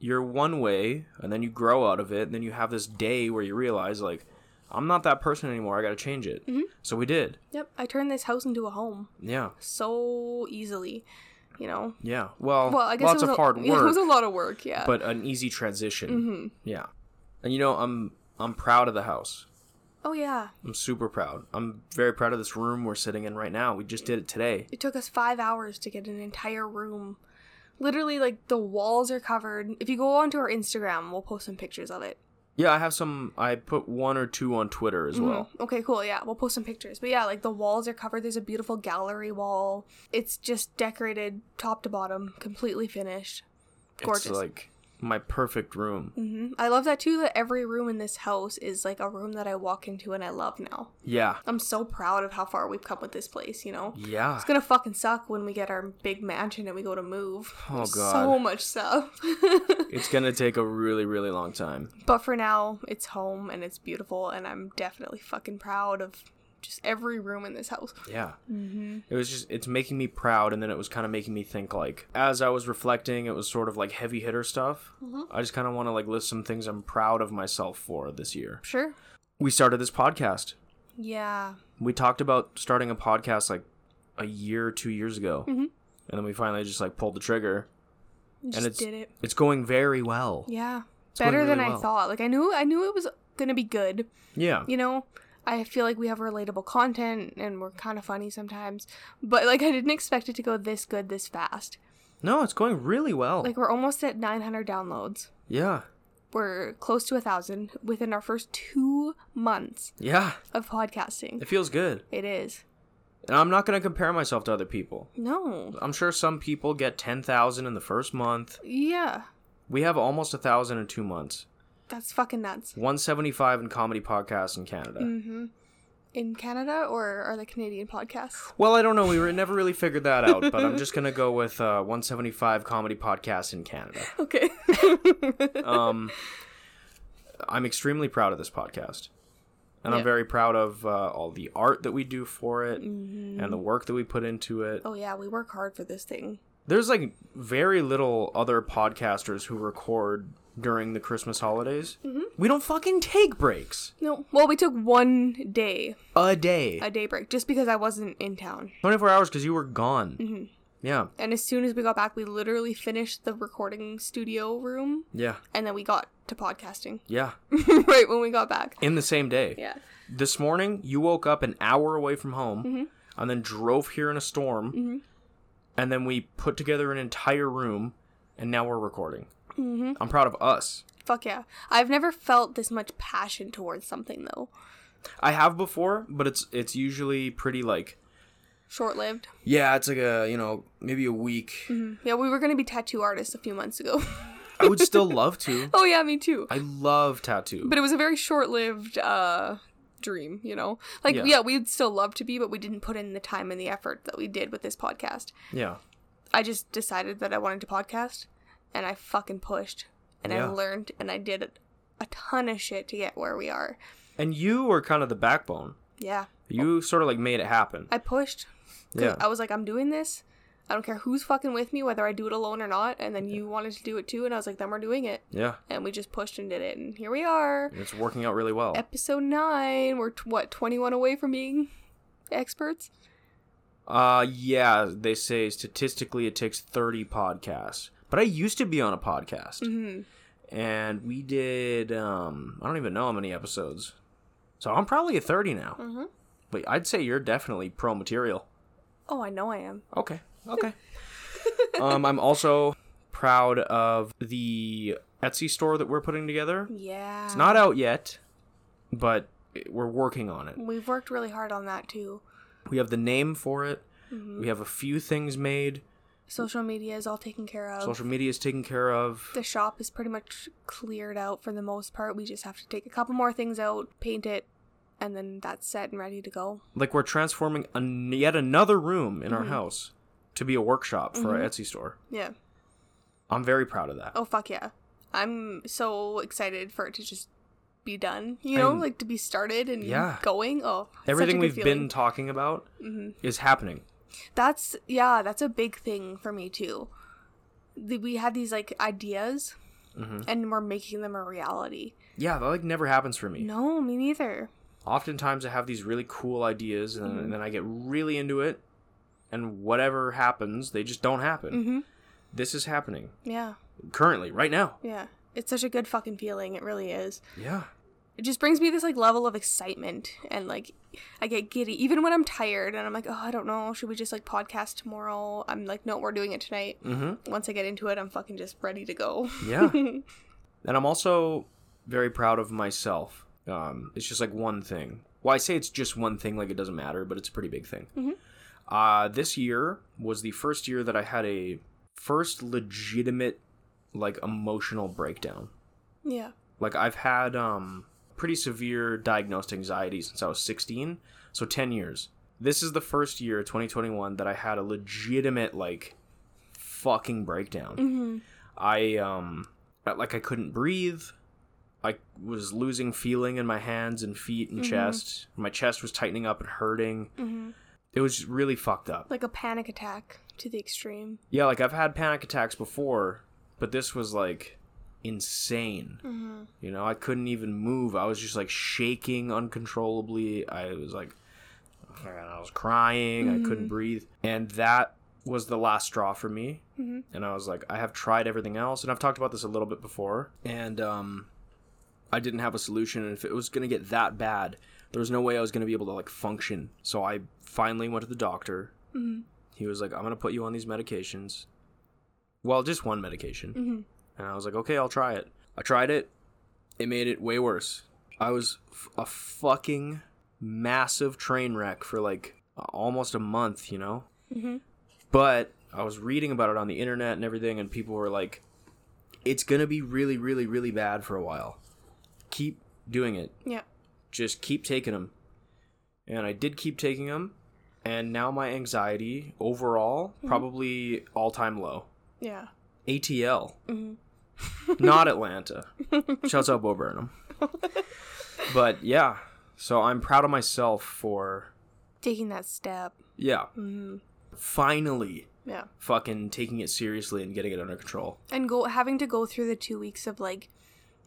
[SPEAKER 2] you're one way and then you grow out of it and then you have this day where you realize like I'm not that person anymore. I got to change it.
[SPEAKER 1] Mm-hmm.
[SPEAKER 2] So we did.
[SPEAKER 1] Yep, I turned this house into a home
[SPEAKER 2] Yeah.
[SPEAKER 1] so easily. You know,
[SPEAKER 2] Yeah. Well,
[SPEAKER 1] well, I guess
[SPEAKER 2] lots
[SPEAKER 1] it was a,
[SPEAKER 2] of hard
[SPEAKER 1] yeah, it
[SPEAKER 2] work,
[SPEAKER 1] was a lot of work. Yeah,
[SPEAKER 2] but an easy transition.
[SPEAKER 1] Mhm.
[SPEAKER 2] Yeah. And you know, I'm I'm proud of the house.
[SPEAKER 1] oh yeah,
[SPEAKER 2] I'm super proud. I'm very proud of this room we're sitting in right now. We just did it today.
[SPEAKER 1] it took us five hours to get an entire room. Literally, like the walls are covered. If you go onto our Instagram, we'll post some pictures of it.
[SPEAKER 2] Yeah, I have some I put one or two on Twitter as well.
[SPEAKER 1] Mhm. Okay, cool. Yeah, we'll post some pictures. But yeah, like the walls are covered. There's a beautiful gallery wall. It's just decorated top to bottom, completely finished. Mm-hmm. Gorgeous.
[SPEAKER 2] It's like my perfect room.
[SPEAKER 1] hmm I love that too. That every room in this house is like a room that I walk into and I love now.
[SPEAKER 2] Yeah.
[SPEAKER 1] I'm so proud of how far we've come with this place. You know,
[SPEAKER 2] Yeah.
[SPEAKER 1] it's gonna fucking suck when we get our big mansion and we go to move.
[SPEAKER 2] Oh,
[SPEAKER 1] There's
[SPEAKER 2] God.
[SPEAKER 1] so much stuff.
[SPEAKER 2] It's gonna take a really, really long time.
[SPEAKER 1] but for now, it's home and it's beautiful, and I'm definitely fucking proud of just every room in this house.
[SPEAKER 2] Yeah.
[SPEAKER 1] Mm-hmm.
[SPEAKER 2] It was just it's making me proud and then it was kinda making me think like as I was reflecting, it was sort of like heavy hitter stuff.
[SPEAKER 1] Mhm.
[SPEAKER 2] I just kinda wanna like list some things I'm proud of myself for this year.
[SPEAKER 1] Sure.
[SPEAKER 2] We started this podcast.
[SPEAKER 1] Yeah.
[SPEAKER 2] We talked about starting a podcast like a year, two years ago.
[SPEAKER 1] Mhm.
[SPEAKER 2] And then we finally just like pulled the trigger.
[SPEAKER 1] Just
[SPEAKER 2] it's-
[SPEAKER 1] did it.
[SPEAKER 2] It's going very well.
[SPEAKER 1] Yeah.
[SPEAKER 2] going
[SPEAKER 1] Better than
[SPEAKER 2] really
[SPEAKER 1] I
[SPEAKER 2] well.
[SPEAKER 1] thought. Like I knew I knew it was gonna be good.
[SPEAKER 2] Yeah.
[SPEAKER 1] You know? I feel like we have relatable content and we're kinda funny sometimes. But like I didn't expect it to go this good this fast.
[SPEAKER 2] No, it's going really well.
[SPEAKER 1] Like we're almost at nine hundred downloads.
[SPEAKER 2] yeah.
[SPEAKER 1] We're close to a thousand within our first two months
[SPEAKER 2] Yeah.
[SPEAKER 1] of podcasting.
[SPEAKER 2] It feels good.
[SPEAKER 1] It is.
[SPEAKER 2] And I'm not gonna compare myself to other people.
[SPEAKER 1] No.
[SPEAKER 2] I'm sure some people get 10,000 in the first month.
[SPEAKER 1] Yeah.
[SPEAKER 2] We have almost 1,000 in two months.
[SPEAKER 1] That's fucking nuts.
[SPEAKER 2] 175 in comedy podcasts in Canada.
[SPEAKER 1] Mm-hmm. In Canada or are the Canadian podcasts?
[SPEAKER 2] Well, I don't know. We were, never really figured that out, but I'm just going to go with uh, 175 comedy podcasts in Canada.
[SPEAKER 1] Okay.
[SPEAKER 2] Um, I'm extremely proud of this podcast. And I'm
[SPEAKER 1] Yeah.
[SPEAKER 2] very proud of uh, all the art that we do for it
[SPEAKER 1] Mm-hmm.
[SPEAKER 2] and the work that we put into it.
[SPEAKER 1] oh yeah, we work hard for this thing.
[SPEAKER 2] There's like very little other podcasters who record during the Christmas holidays.
[SPEAKER 1] Mm-hmm.
[SPEAKER 2] We don't fucking take breaks.
[SPEAKER 1] No. Well, we took one day,
[SPEAKER 2] A day.
[SPEAKER 1] a day break, just because I wasn't in town.
[SPEAKER 2] 24 hours because you were gone.
[SPEAKER 1] Mm-hmm.
[SPEAKER 2] Yeah.
[SPEAKER 1] And as soon as we got back, we literally finished the recording studio room
[SPEAKER 2] Yeah.
[SPEAKER 1] and then we got to podcasting
[SPEAKER 2] Yeah.
[SPEAKER 1] right when we got back.
[SPEAKER 2] In the same day.
[SPEAKER 1] Yeah.
[SPEAKER 2] This morning, you woke up an hour away from home
[SPEAKER 1] Mm-hmm.
[SPEAKER 2] and then drove here in a storm. And then we put together an entire room and now we're recording.
[SPEAKER 1] Mm-hmm.
[SPEAKER 2] I'm proud of us.
[SPEAKER 1] Fuck yeah. I've never felt this much passion towards something though.
[SPEAKER 2] I have before, but it's it's usually pretty like
[SPEAKER 1] Short lived.
[SPEAKER 2] yeah, it's like a you know maybe a week.
[SPEAKER 1] Yeah, we were going to be tattoo artists a few months ago.
[SPEAKER 2] I would still love to.
[SPEAKER 1] oh, yeah, me too.
[SPEAKER 2] I love tattoo.
[SPEAKER 1] But it was a very short lived uh, dream, you know? Like,
[SPEAKER 2] Yeah.
[SPEAKER 1] yeah, we'd still love to be, but we didn't put in the time and the effort that we did with this podcast.
[SPEAKER 2] yeah,
[SPEAKER 1] I just decided that I wanted to podcast and I fucking pushed and
[SPEAKER 2] Yeah.
[SPEAKER 1] I learned and I did a ton of shit to get where we are.
[SPEAKER 2] and you were kind of the backbone.
[SPEAKER 1] Yeah.
[SPEAKER 2] You sort of like made it happen.
[SPEAKER 1] I pushed. 'Cause
[SPEAKER 2] Yeah.
[SPEAKER 1] I was like, I'm doing this. I don't care who's fucking with me, whether I do it alone or not. And then you wanted to do it too. And I was like, then we're doing it.
[SPEAKER 2] Yeah,
[SPEAKER 1] And we just pushed and did it. And here we are.
[SPEAKER 2] and it's working out really well.
[SPEAKER 1] Episode nine. We're, t- what, 21 away from being experts?
[SPEAKER 2] Uh yeah, they say statistically it takes 30 podcasts. But I used to be on a podcast
[SPEAKER 1] Mm-hmm.
[SPEAKER 2] and we did um I don't even know how many episodes. So I'm probably at 30 now.
[SPEAKER 1] Mhm.
[SPEAKER 2] But I'd say you're definitely pro material.
[SPEAKER 1] Oh, I know I am.
[SPEAKER 2] Okay. Okay. um I'm also proud of the Etsy store that we're putting together.
[SPEAKER 1] Yeah.
[SPEAKER 2] It's not out yet, but we're working on it.
[SPEAKER 1] We've worked really hard on that too.
[SPEAKER 2] We have the name for it.
[SPEAKER 1] Mhm.
[SPEAKER 2] We have a few things made.
[SPEAKER 1] Social media is all taken care of.
[SPEAKER 2] Social media is taken care of.
[SPEAKER 1] the shop is pretty much cleared out for the most part. We just have to take a couple more things out, paint it, and then that's set and ready to go.
[SPEAKER 2] like we're transforming an, yet another room in
[SPEAKER 1] Mm-hmm.
[SPEAKER 2] our house to be a workshop for our Etsy store.
[SPEAKER 1] Yeah.
[SPEAKER 2] I'm very proud of that.
[SPEAKER 1] Mm-hmm. Oh fuck yeah. I'm so excited for it to just be done, you know,
[SPEAKER 2] I'm-
[SPEAKER 1] like to be started and
[SPEAKER 2] Yeah.
[SPEAKER 1] going. Oh, it's such a
[SPEAKER 2] Everything
[SPEAKER 1] good
[SPEAKER 2] we've been
[SPEAKER 1] feeling. Mm-hmm.
[SPEAKER 2] talking about is happening.
[SPEAKER 1] That's yeah, that's a big thing for me too. The, we had these like ideas and we're making them a reality.
[SPEAKER 2] Mm-hmm. Yeah, that like never happens for me.
[SPEAKER 1] No, me neither.
[SPEAKER 2] Oftentimes I have these really cool ideas
[SPEAKER 1] Mm-hmm.
[SPEAKER 2] and, and then I get really into it and whatever happens, they just don't happen.
[SPEAKER 1] Mhm.
[SPEAKER 2] This is happening
[SPEAKER 1] Yeah.
[SPEAKER 2] currently right now.
[SPEAKER 1] Yeah. It's such a good fucking feeling. It really is.
[SPEAKER 2] Yeah.
[SPEAKER 1] it just brings me this like level of excitement and like I get giddy even when I'm tired and I'm like, oh, I don't know, should we just like podcast tomorrow? I'm like, no, we're doing it tonight.
[SPEAKER 2] Mhm.
[SPEAKER 1] Once I get into it, I'm fucking just ready to go.
[SPEAKER 2] Yeah. and I'm also very proud of myself. Um, it's just like one thing. Well, I say it's just one thing, like it doesn't matter, but it's a pretty big thing.
[SPEAKER 1] Mhm.
[SPEAKER 2] Uh, this year was the first year that I had a first legitimate, like, emotional breakdown.
[SPEAKER 1] Yeah.
[SPEAKER 2] Like, I've had um, pretty severe diagnosed anxiety since I was 16, so 10 years. This is the first year, 2021, that I had a legitimate, like, fucking breakdown.
[SPEAKER 1] Mm-hmm.
[SPEAKER 2] I um felt like I couldn't breathe. I was losing feeling in my hands and feet and
[SPEAKER 1] Mhm.
[SPEAKER 2] chest. My chest was tightening up and hurting.
[SPEAKER 1] Mm-hmm.
[SPEAKER 2] It was just really fucked up.
[SPEAKER 1] Like a panic attack to the extreme.
[SPEAKER 2] Yeah, like I've had panic attacks before, but this was like insane.
[SPEAKER 1] Mm-hmm.
[SPEAKER 2] You know, I couldn't even move. I was just like shaking uncontrollably. I was like, I was crying. I couldn't breathe. And that was the last straw for me.
[SPEAKER 1] Mhm.
[SPEAKER 2] And I was like, I have tried everything else. And I've talked about this a little bit before. And um, I didn't have a solution. And if it was going to get that bad, there was no way I was going to be able to like function. So I finally went to the doctor.
[SPEAKER 1] Mhm.
[SPEAKER 2] He was like, I'm going to put you on these medications. Well, just one medication.
[SPEAKER 1] Mhm.
[SPEAKER 2] And I was like, okay, I'll try it. I tried it. It made it way worse. I was f- a fucking massive train wreck for like a- almost a month, you know?
[SPEAKER 1] Mhm.
[SPEAKER 2] But I was reading about it on the internet and everything, and people were like, it's going to be really, really, really bad for a while. Keep doing it.
[SPEAKER 1] Yeah.
[SPEAKER 2] Just keep taking them. And I did keep taking them. And now my anxiety overall, probably all time low.
[SPEAKER 1] Yeah.
[SPEAKER 2] ATL
[SPEAKER 1] Mm-hmm.
[SPEAKER 2] not Atlanta. Shouts out Bo Burnham. But yeah, so I'm proud of myself for
[SPEAKER 1] Taking that step.
[SPEAKER 2] yeah,
[SPEAKER 1] Mm-hmm.
[SPEAKER 2] finally
[SPEAKER 1] Yeah.
[SPEAKER 2] fucking taking it seriously and getting it under control.
[SPEAKER 1] and go having to go through the two weeks of like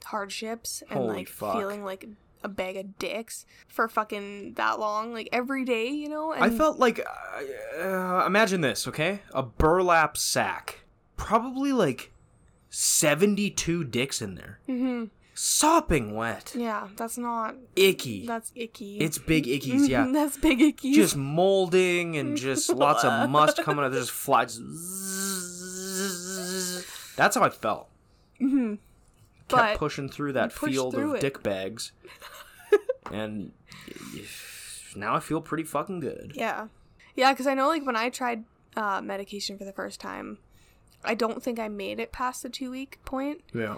[SPEAKER 1] hardships and
[SPEAKER 2] Holy
[SPEAKER 1] like
[SPEAKER 2] fuck.
[SPEAKER 1] feeling like a bag of dicks for fucking that long, like every day, you know. And
[SPEAKER 2] I felt like uh, uh, imagine this, okay? A burlap sack. Probably like 72 dicks in there.
[SPEAKER 1] Mhm.
[SPEAKER 2] Sopping wet.
[SPEAKER 1] yeah, that's not
[SPEAKER 2] Icky.
[SPEAKER 1] that's icky.
[SPEAKER 2] E. It's big ickies, yeah.
[SPEAKER 1] Mhm, that's big icky.
[SPEAKER 2] just molding and just lots of must coming out. There's flies. That's how I felt.
[SPEAKER 1] Mhm.
[SPEAKER 2] Kept
[SPEAKER 1] But
[SPEAKER 2] pushing through that
[SPEAKER 1] pushed
[SPEAKER 2] field
[SPEAKER 1] through
[SPEAKER 2] of
[SPEAKER 1] it.
[SPEAKER 2] dick bags and now I feel pretty fucking good.
[SPEAKER 1] Yeah. Yeah, because I know, like, when I tried uh, medication for the first time, I don't think I made it past the two week point
[SPEAKER 2] Yeah.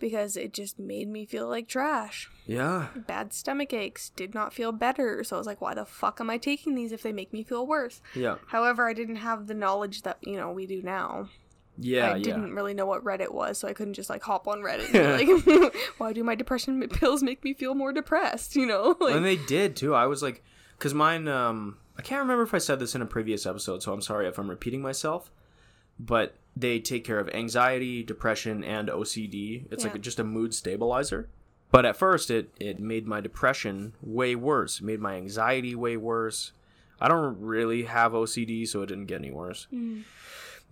[SPEAKER 1] because it just made me feel like trash.
[SPEAKER 2] Yeah.
[SPEAKER 1] Bad stomach aches, did not feel better. So I was like, why the fuck am I taking these if they make me feel worse?
[SPEAKER 2] Yeah.
[SPEAKER 1] However, I didn't have the knowledge that, you know, we do now.
[SPEAKER 2] Yeah.
[SPEAKER 1] I
[SPEAKER 2] yeah.
[SPEAKER 1] didn't really know what Reddit was, so I couldn't just like hop on Reddit and be like, why do my depression m- pills make me feel more depressed? You know? Like,
[SPEAKER 2] and they did too. I was like, because mine, um, I can't remember if I said this in a previous episode, so I'm sorry if I'm repeating myself, but they take care of anxiety, depression, and OCD. It's
[SPEAKER 1] Yeah.
[SPEAKER 2] like just a mood stabilizer. But at first, it it made my depression way worse. It made my anxiety way worse. I don't really have OCD, so it didn't get any worse.
[SPEAKER 1] mm,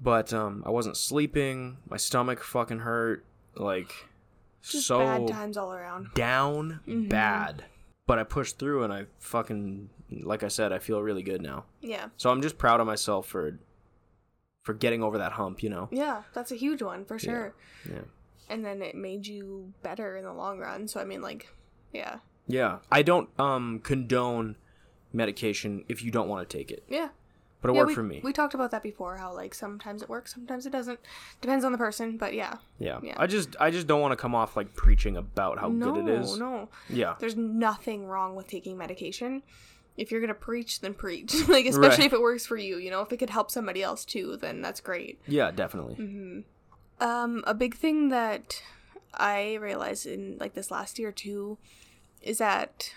[SPEAKER 2] But um, I wasn't sleeping. My stomach fucking hurt. Like
[SPEAKER 1] just
[SPEAKER 2] so
[SPEAKER 1] bad times all around.
[SPEAKER 2] down
[SPEAKER 1] Mm-hmm.
[SPEAKER 2] bad. But I pushed through and I fucking like I said, I feel really good now.
[SPEAKER 1] Yeah.
[SPEAKER 2] So I'm just proud of myself for for getting over that hump, you know.
[SPEAKER 1] Yeah, that's a huge one for sure.
[SPEAKER 2] Yeah.
[SPEAKER 1] And then it made you better in the long run. So I mean like yeah.
[SPEAKER 2] Yeah. I don't um condone medication if you don't want to take it.
[SPEAKER 1] Yeah.
[SPEAKER 2] But it
[SPEAKER 1] yeah,
[SPEAKER 2] worked
[SPEAKER 1] we,
[SPEAKER 2] for me.
[SPEAKER 1] We talked about that before, how like sometimes it works, sometimes it doesn't. Depends on the person, but yeah.
[SPEAKER 2] yeah.
[SPEAKER 1] yeah.
[SPEAKER 2] I just I just don't want to come off like preaching about how
[SPEAKER 1] no,
[SPEAKER 2] good it is.
[SPEAKER 1] no.
[SPEAKER 2] Yeah.
[SPEAKER 1] There's nothing wrong with taking medication. If you're gonna preach, then preach. like especially if
[SPEAKER 2] Right.
[SPEAKER 1] it works for you, you know, if it could help somebody else too, then that's great.
[SPEAKER 2] Yeah, definitely.
[SPEAKER 1] Mm-hmm. Um, a big thing that I realized in like this last year too is that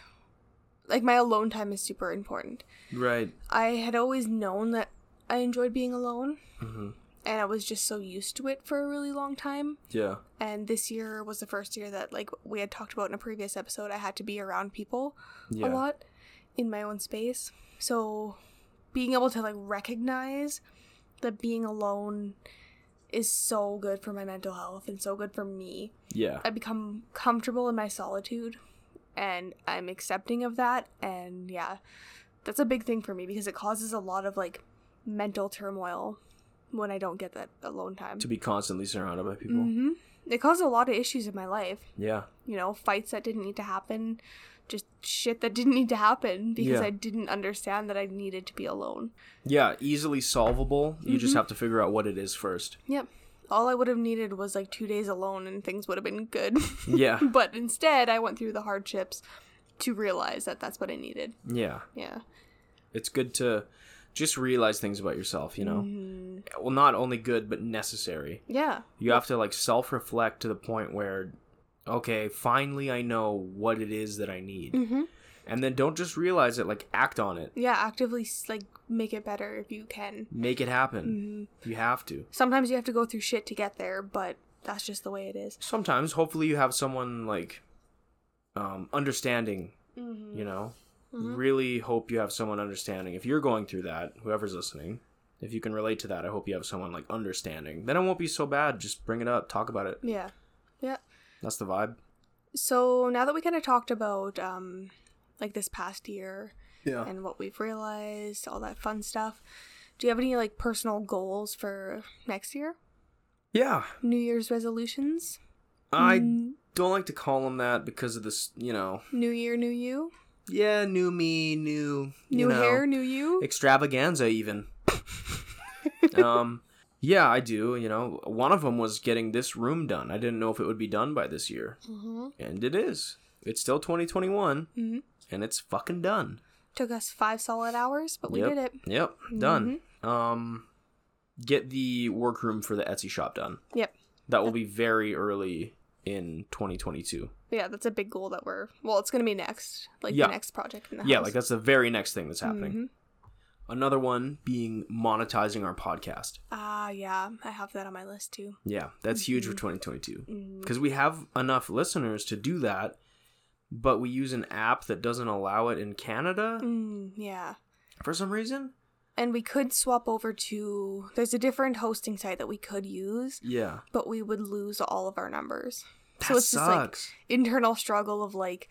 [SPEAKER 1] like my alone time is super important.
[SPEAKER 2] Right.
[SPEAKER 1] I had always known that I enjoyed being alone
[SPEAKER 2] Mhm.
[SPEAKER 1] and I was just so used to it for a really long time.
[SPEAKER 2] Yeah.
[SPEAKER 1] And this year was the first year that like we had talked about in a previous episode I had to be around people
[SPEAKER 2] Yeah.
[SPEAKER 1] a lot in my own space. So being able to like recognize that being alone is so good for my mental health and so good for me.
[SPEAKER 2] Yeah.
[SPEAKER 1] I become comfortable in my solitude and I'm accepting of that and yeah. That's a big thing for me because it causes a lot of like mental turmoil when I don't get that alone time.
[SPEAKER 2] To be constantly surrounded by people.
[SPEAKER 1] hmm It caused a lot of issues in my life
[SPEAKER 2] Yeah.
[SPEAKER 1] you know, fights that didn't need to happen, just shit that didn't need to happen because
[SPEAKER 2] Yeah.
[SPEAKER 1] I didn't understand that I needed to be alone.
[SPEAKER 2] Yeah, easily solvable. You
[SPEAKER 1] Mm-hmm.
[SPEAKER 2] just have to figure out what it is first.
[SPEAKER 1] Yep. All I would have needed was like two days alone and things would have been good.
[SPEAKER 2] Yeah.
[SPEAKER 1] but instead, I went through the hardships to realize that that's what I needed.
[SPEAKER 2] Yeah.
[SPEAKER 1] Yeah.
[SPEAKER 2] It's good to just realize things about yourself, you know?
[SPEAKER 1] Mm-hmm.
[SPEAKER 2] Well, not only good, but necessary.
[SPEAKER 1] Yeah.
[SPEAKER 2] You have to like self reflect to the point where, okay, finally I know what it is that I need.
[SPEAKER 1] Mhm.
[SPEAKER 2] And then don't just realize it, like act on it.
[SPEAKER 1] Yeah. Actively s- like make it better if you can.
[SPEAKER 2] Make it happen. You have to.
[SPEAKER 1] Sometimes you have to go through shit to get there, but that's just the way it is.
[SPEAKER 2] Sometimes, hopefully, you have someone like um, understanding,
[SPEAKER 1] Mm-hmm.
[SPEAKER 2] you know? Really hope you have someone understanding. If you're going through that, whoever's listening, if you can relate to that, I hope you have someone like understanding. Then it won't be so bad. Just bring it up, talk about it.
[SPEAKER 1] Yeah. Yeah.
[SPEAKER 2] That's the vibe.
[SPEAKER 1] So now that we kind of talked about um, like this past year
[SPEAKER 2] Yeah.
[SPEAKER 1] and what we've realized, all that fun stuff, do you have any like personal goals for next year?
[SPEAKER 2] Yeah.
[SPEAKER 1] New Year's resolutions?
[SPEAKER 2] I
[SPEAKER 1] Mm.
[SPEAKER 2] don't like to call them that because of this, you know.
[SPEAKER 1] New year, new you?
[SPEAKER 2] Yeah, new me, new
[SPEAKER 1] New
[SPEAKER 2] you know,
[SPEAKER 1] hair, new you?
[SPEAKER 2] extravaganza even. um yeah, I do, you know. One of them was getting this room done. I didn't know if it would be done by this year.
[SPEAKER 1] Mhm.
[SPEAKER 2] And it is. It's still 2021
[SPEAKER 1] Mhm.
[SPEAKER 2] and it's fucking done.
[SPEAKER 1] Took us five solid hours, but we
[SPEAKER 2] yep.
[SPEAKER 1] did it. Mm-hmm.
[SPEAKER 2] Yep, done. Um get the workroom for the Etsy shop done.
[SPEAKER 1] Yep.
[SPEAKER 2] That will be very early in 2022.
[SPEAKER 1] Yeah, that's a big goal that we're, well, it's going to be next, like
[SPEAKER 2] Yeah.
[SPEAKER 1] the next project in the
[SPEAKER 2] Yeah,
[SPEAKER 1] house.
[SPEAKER 2] like that's the very next thing that's happening.
[SPEAKER 1] Mhm.
[SPEAKER 2] Another one being monetizing our podcast.
[SPEAKER 1] Ah, yeah, I have that on my list too.
[SPEAKER 2] Yeah, that's huge for
[SPEAKER 1] Mm-hmm.
[SPEAKER 2] 2022 because we have enough listeners to do that, but we use an app that doesn't allow it in Canada
[SPEAKER 1] Mm, yeah.
[SPEAKER 2] for some reason.
[SPEAKER 1] And we could swap over to, there's a different hosting site that we could use.
[SPEAKER 2] Yeah,
[SPEAKER 1] but we would lose all of our numbers.
[SPEAKER 2] that
[SPEAKER 1] so it's just
[SPEAKER 2] sucks.
[SPEAKER 1] like internal struggle of like,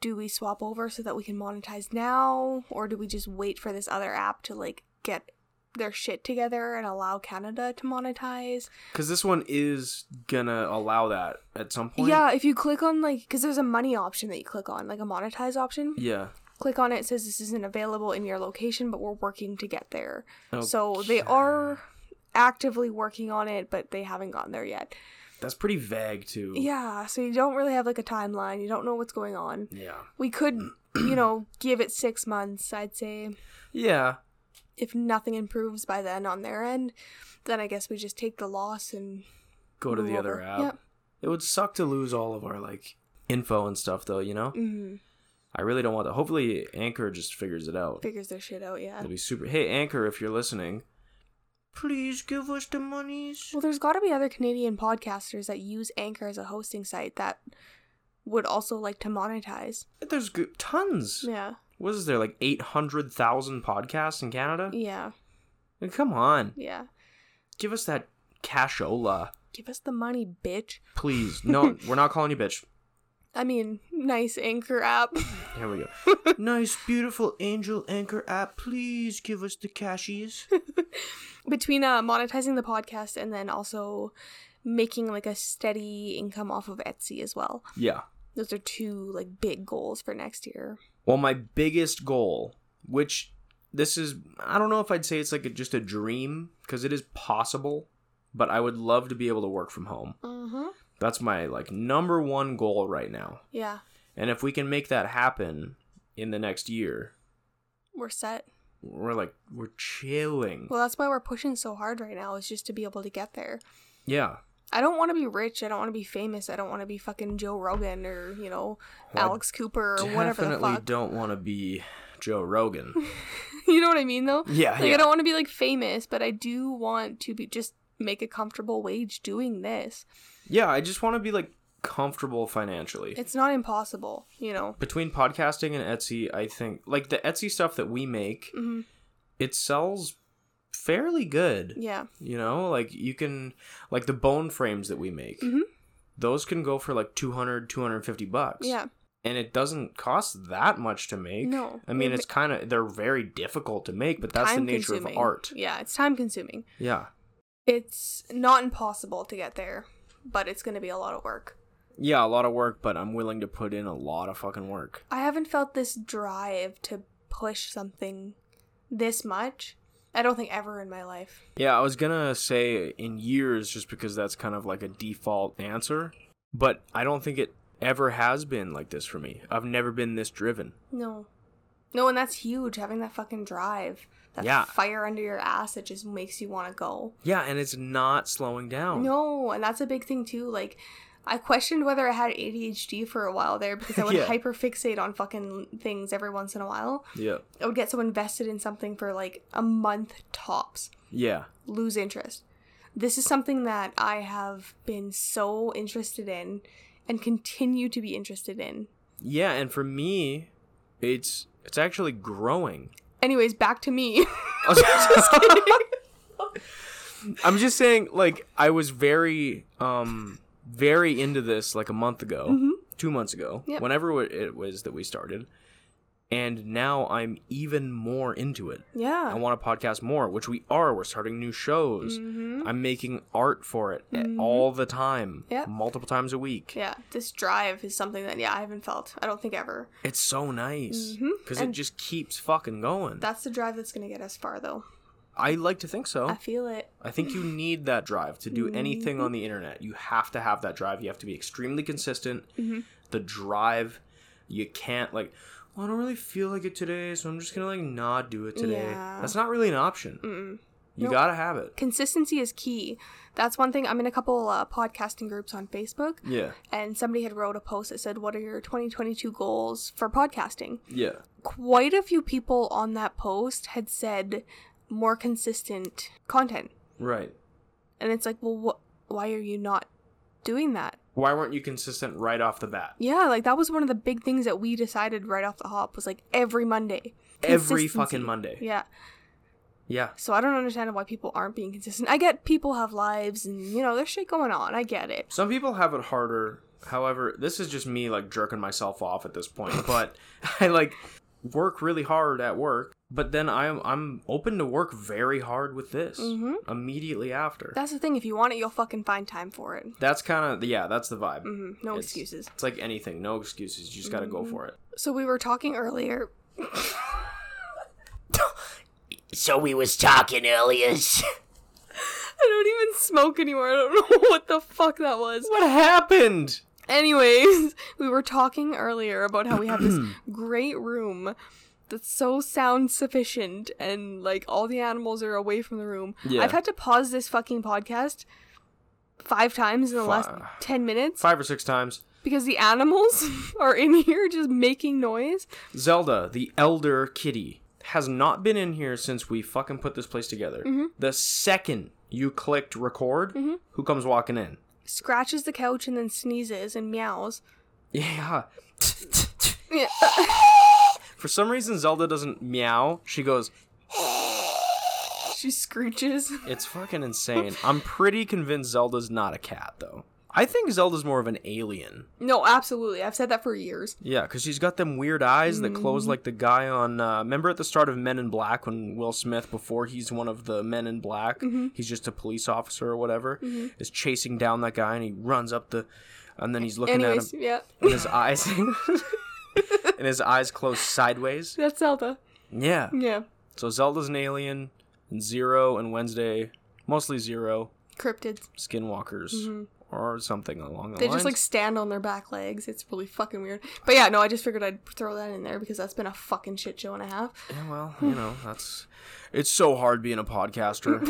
[SPEAKER 1] do we swap over so that we can monetize now, or do we just wait for this other app to like get their shit together and allow Canada to monetize.
[SPEAKER 2] Because this one is gonna allow that at some point.
[SPEAKER 1] Yeah, if you click on like, because there's a money option that you click on, like a monetize option.
[SPEAKER 2] Yeah.
[SPEAKER 1] Click on it, it says this isn't available in your location, but we're working to get there.
[SPEAKER 2] Oh,
[SPEAKER 1] So they are actively working on it, but they haven't gotten there yet.
[SPEAKER 2] That's pretty vague too.
[SPEAKER 1] Yeah, so you don't really have like a timeline. You don't know what's going on.
[SPEAKER 2] Yeah.
[SPEAKER 1] We could, you know, give it six months, I'd say.
[SPEAKER 2] Yeah.
[SPEAKER 1] If nothing improves by then on their end, then I guess we just take the loss and
[SPEAKER 2] Go to
[SPEAKER 1] move
[SPEAKER 2] the other
[SPEAKER 1] over.
[SPEAKER 2] app.
[SPEAKER 1] Yep.
[SPEAKER 2] It would suck to lose all of our like info and stuff though, you know?
[SPEAKER 1] mm,
[SPEAKER 2] I really don't want that. Hopefully Anchor just figures it out.
[SPEAKER 1] figures their shit out, yeah.
[SPEAKER 2] It'll be super Hey Anchor, if you're listening, please give us the monies.
[SPEAKER 1] Well, there's got to be other Canadian podcasters that use Anchor as a hosting site that would also like to monetize.
[SPEAKER 2] There's good tons.
[SPEAKER 1] Yeah.
[SPEAKER 2] What is there, like eight hundred thousand podcasts in Canada?
[SPEAKER 1] Yeah.
[SPEAKER 2] Like, Come on.
[SPEAKER 1] Yeah.
[SPEAKER 2] Give us that cashola.
[SPEAKER 1] Give us the money, bitch.
[SPEAKER 2] Please. No, we're not calling you bitch.
[SPEAKER 1] I mean, nice Anchor app.
[SPEAKER 2] Here we go. nice, beautiful angel anchor app. Please give us the cashies.
[SPEAKER 1] Between uh, monetizing the podcast and then also making like a steady income off of Etsy as well.
[SPEAKER 2] yeah.
[SPEAKER 1] Those are two like big goals for next year.
[SPEAKER 2] Well, my biggest goal, which this is, I don't know if I'd say it's like a, just a dream because it is possible, but I would love to be able to work from home.
[SPEAKER 1] Mm-hmm.
[SPEAKER 2] That's my like number one goal right now.
[SPEAKER 1] Yeah,
[SPEAKER 2] And if we can make that happen in the next year,
[SPEAKER 1] we're set.
[SPEAKER 2] we're like we're chilling.
[SPEAKER 1] Well, that's why we're pushing so hard right now is just to be able to get there.
[SPEAKER 2] yeah.
[SPEAKER 1] I don't want to be rich. I don't want to be famous. I don't want to be fucking Joe Rogan or, you know,
[SPEAKER 2] Well, I
[SPEAKER 1] Alex Cooper or whatever the
[SPEAKER 2] Definitely
[SPEAKER 1] fuck.
[SPEAKER 2] don't want to be Joe Rogan.
[SPEAKER 1] you know what I mean, though?
[SPEAKER 2] yeah,
[SPEAKER 1] Like, I don't want to be, like, famous, but I do want to be just make a comfortable wage doing this.
[SPEAKER 2] Yeah, I just want to be like comfortable financially.
[SPEAKER 1] It's not impossible, you know?
[SPEAKER 2] Between podcasting and Etsy, I think like the Etsy stuff that we make,
[SPEAKER 1] hmm
[SPEAKER 2] it sells fairly good.
[SPEAKER 1] Yeah.
[SPEAKER 2] You know, like you can like the bone frames that we make.
[SPEAKER 1] Mhm.
[SPEAKER 2] Those can go for like 200, 250 bucks.
[SPEAKER 1] Yeah.
[SPEAKER 2] And it doesn't cost that much to make.
[SPEAKER 1] No.
[SPEAKER 2] I mean,
[SPEAKER 1] It
[SPEAKER 2] it's kind of they're very difficult to make, but that's the nature
[SPEAKER 1] Time-consuming.
[SPEAKER 2] of art.
[SPEAKER 1] Yeah, it's time consuming.
[SPEAKER 2] Yeah.
[SPEAKER 1] It's not impossible to get there, but it's going to be a lot of work.
[SPEAKER 2] Yeah, a lot of work, but I'm willing to put in a lot of fucking work.
[SPEAKER 1] I haven't felt this drive to push something this much. I don't think ever in my life.
[SPEAKER 2] Yeah, I was gonna say in years just because that's kind of like a default answer, but I don't think it ever has been like this for me. I've never been this driven.
[SPEAKER 1] No. No, and that's huge, having that fucking drive. That
[SPEAKER 2] Yeah.
[SPEAKER 1] fire under your ass that just makes you want to go.
[SPEAKER 2] Yeah, and it's not slowing down.
[SPEAKER 1] No, and that's a big thing too. Like, I questioned whether I had ADHD for a while there because I would
[SPEAKER 2] Yeah.
[SPEAKER 1] hyperfixate on fucking things every once in a while.
[SPEAKER 2] Yeah.
[SPEAKER 1] I would get so invested in something for like a month tops,
[SPEAKER 2] Yeah.
[SPEAKER 1] lose interest. This is something that I have been so interested in and continue to be interested in.
[SPEAKER 2] Yeah, and for me, it's it's actually growing.
[SPEAKER 1] Anyways, back to me.
[SPEAKER 2] I'm just saying, like, I was very, um, very into this like a month ago, two months ago,
[SPEAKER 1] Mm-hmm. Yep.
[SPEAKER 2] whenever it- it was that we started, and now I'm even more into it. I
[SPEAKER 1] yeah.
[SPEAKER 2] want to podcast more, which we are. We're starting new shows.
[SPEAKER 1] Mm-hmm.
[SPEAKER 2] I'm making art for it a- all the time,
[SPEAKER 1] Yep.
[SPEAKER 2] multiple times a week.
[SPEAKER 1] Yeah, this drive is something that yeah, I haven't felt. I don't think ever.
[SPEAKER 2] It's so nice
[SPEAKER 1] Mhm.
[SPEAKER 2] because it
[SPEAKER 1] And-
[SPEAKER 2] just keeps fucking going.
[SPEAKER 1] That's the drive that's going to get us far though.
[SPEAKER 2] I like to think so.
[SPEAKER 1] I feel it.
[SPEAKER 2] I think you need that drive to do anything
[SPEAKER 1] Mm-hmm.
[SPEAKER 2] on the internet. You have to have that drive. You have to be extremely consistent.
[SPEAKER 1] Mm-hmm.
[SPEAKER 2] The drive, you can't like. Well, I don't really feel like it today, so I'm just gonna like not do it today.
[SPEAKER 1] Yeah.
[SPEAKER 2] That's not really an option.
[SPEAKER 1] Mm-mm.
[SPEAKER 2] You
[SPEAKER 1] Nope.
[SPEAKER 2] gotta have it.
[SPEAKER 1] Consistency is key. That's one thing. I'm in a couple uh, podcasting groups on Facebook,
[SPEAKER 2] Yeah,
[SPEAKER 1] and somebody had wrote a post that said, "What are your 2022 goals for podcasting?"
[SPEAKER 2] yeah,
[SPEAKER 1] Quite a few people on that post had said more consistent content,
[SPEAKER 2] right.
[SPEAKER 1] and it's like, well, wh- why are you not doing that?
[SPEAKER 2] Why weren't you consistent right off the bat?
[SPEAKER 1] Yeah, like that was one of the big things that we decided right off the hop was like every Monday.
[SPEAKER 2] Every fucking
[SPEAKER 1] Consistency.
[SPEAKER 2] Monday. Yeah.
[SPEAKER 1] Yeah. So I don't understand why people aren't being consistent. I get people have lives and you know, there's shit going on. I get it.
[SPEAKER 2] Some people have it harder. However, this is just me like jerking myself off at this point, but I like work really hard at work, but then I'm I'm open to work very hard with this
[SPEAKER 1] Mhm.
[SPEAKER 2] immediately after.
[SPEAKER 1] That's the thing. If you want it, you'll fucking find time for it.
[SPEAKER 2] That's kind of yeah, that's the vibe.
[SPEAKER 1] hmm No
[SPEAKER 2] It's-
[SPEAKER 1] excuses.
[SPEAKER 2] It's like anything, no excuses. You just got to go for it.
[SPEAKER 1] So we were talking earlier.
[SPEAKER 3] So we was talking earlier.
[SPEAKER 1] I don't even smoke anymore. I don't know what the fuck that was.
[SPEAKER 2] What happened?
[SPEAKER 1] Anyways, we were talking earlier about how we have this great room that's so sound sufficient and like all the animals are away from the room.
[SPEAKER 2] Yeah.
[SPEAKER 1] I've had to pause this fucking podcast five times in the last
[SPEAKER 2] Fi-
[SPEAKER 1] 10 minutes
[SPEAKER 2] Five or six times.
[SPEAKER 1] because the animals are in here just making noise.
[SPEAKER 2] Zelda, the elder kitty, has not been in here since we fucking put this place together. The second you clicked record, who comes walking in?
[SPEAKER 1] Scratches the couch and then sneezes and meows.
[SPEAKER 2] Yeah.
[SPEAKER 1] Yeah.
[SPEAKER 2] For some reason, Zelda doesn't meow. She goes,
[SPEAKER 1] she screeches.
[SPEAKER 2] it's fucking insane. I'm pretty convinced Zelda's not a cat, though. I think Zelda's more of an alien.
[SPEAKER 1] No, absolutely. I've said that for years.
[SPEAKER 2] Yeah, because she's got them weird eyes that close like the guy on. Uh, remember at the start of Men in Black when Will Smith, before he's one of the Men in Black, he's just a police officer or whatever, is chasing down that guy and he runs up the. And then he's looking
[SPEAKER 1] Anyways,
[SPEAKER 2] at him
[SPEAKER 1] yeah.
[SPEAKER 2] and his eyes. and his eyes close sideways.
[SPEAKER 1] That's Zelda.
[SPEAKER 2] Yeah.
[SPEAKER 1] Yeah.
[SPEAKER 2] So Zelda's an alien, and Zero and Wednesday, mostly Zero,
[SPEAKER 1] Cryptids.
[SPEAKER 2] skinwalkers or something along the
[SPEAKER 1] Mm-hmm. They
[SPEAKER 2] lines.
[SPEAKER 1] just like stand on their back legs. It's really fucking weird. But yeah, no, I just figured I'd throw that in there because that's been a fucking shit show and a half.
[SPEAKER 2] Yeah, well, you know, that's. It's so hard being a podcaster.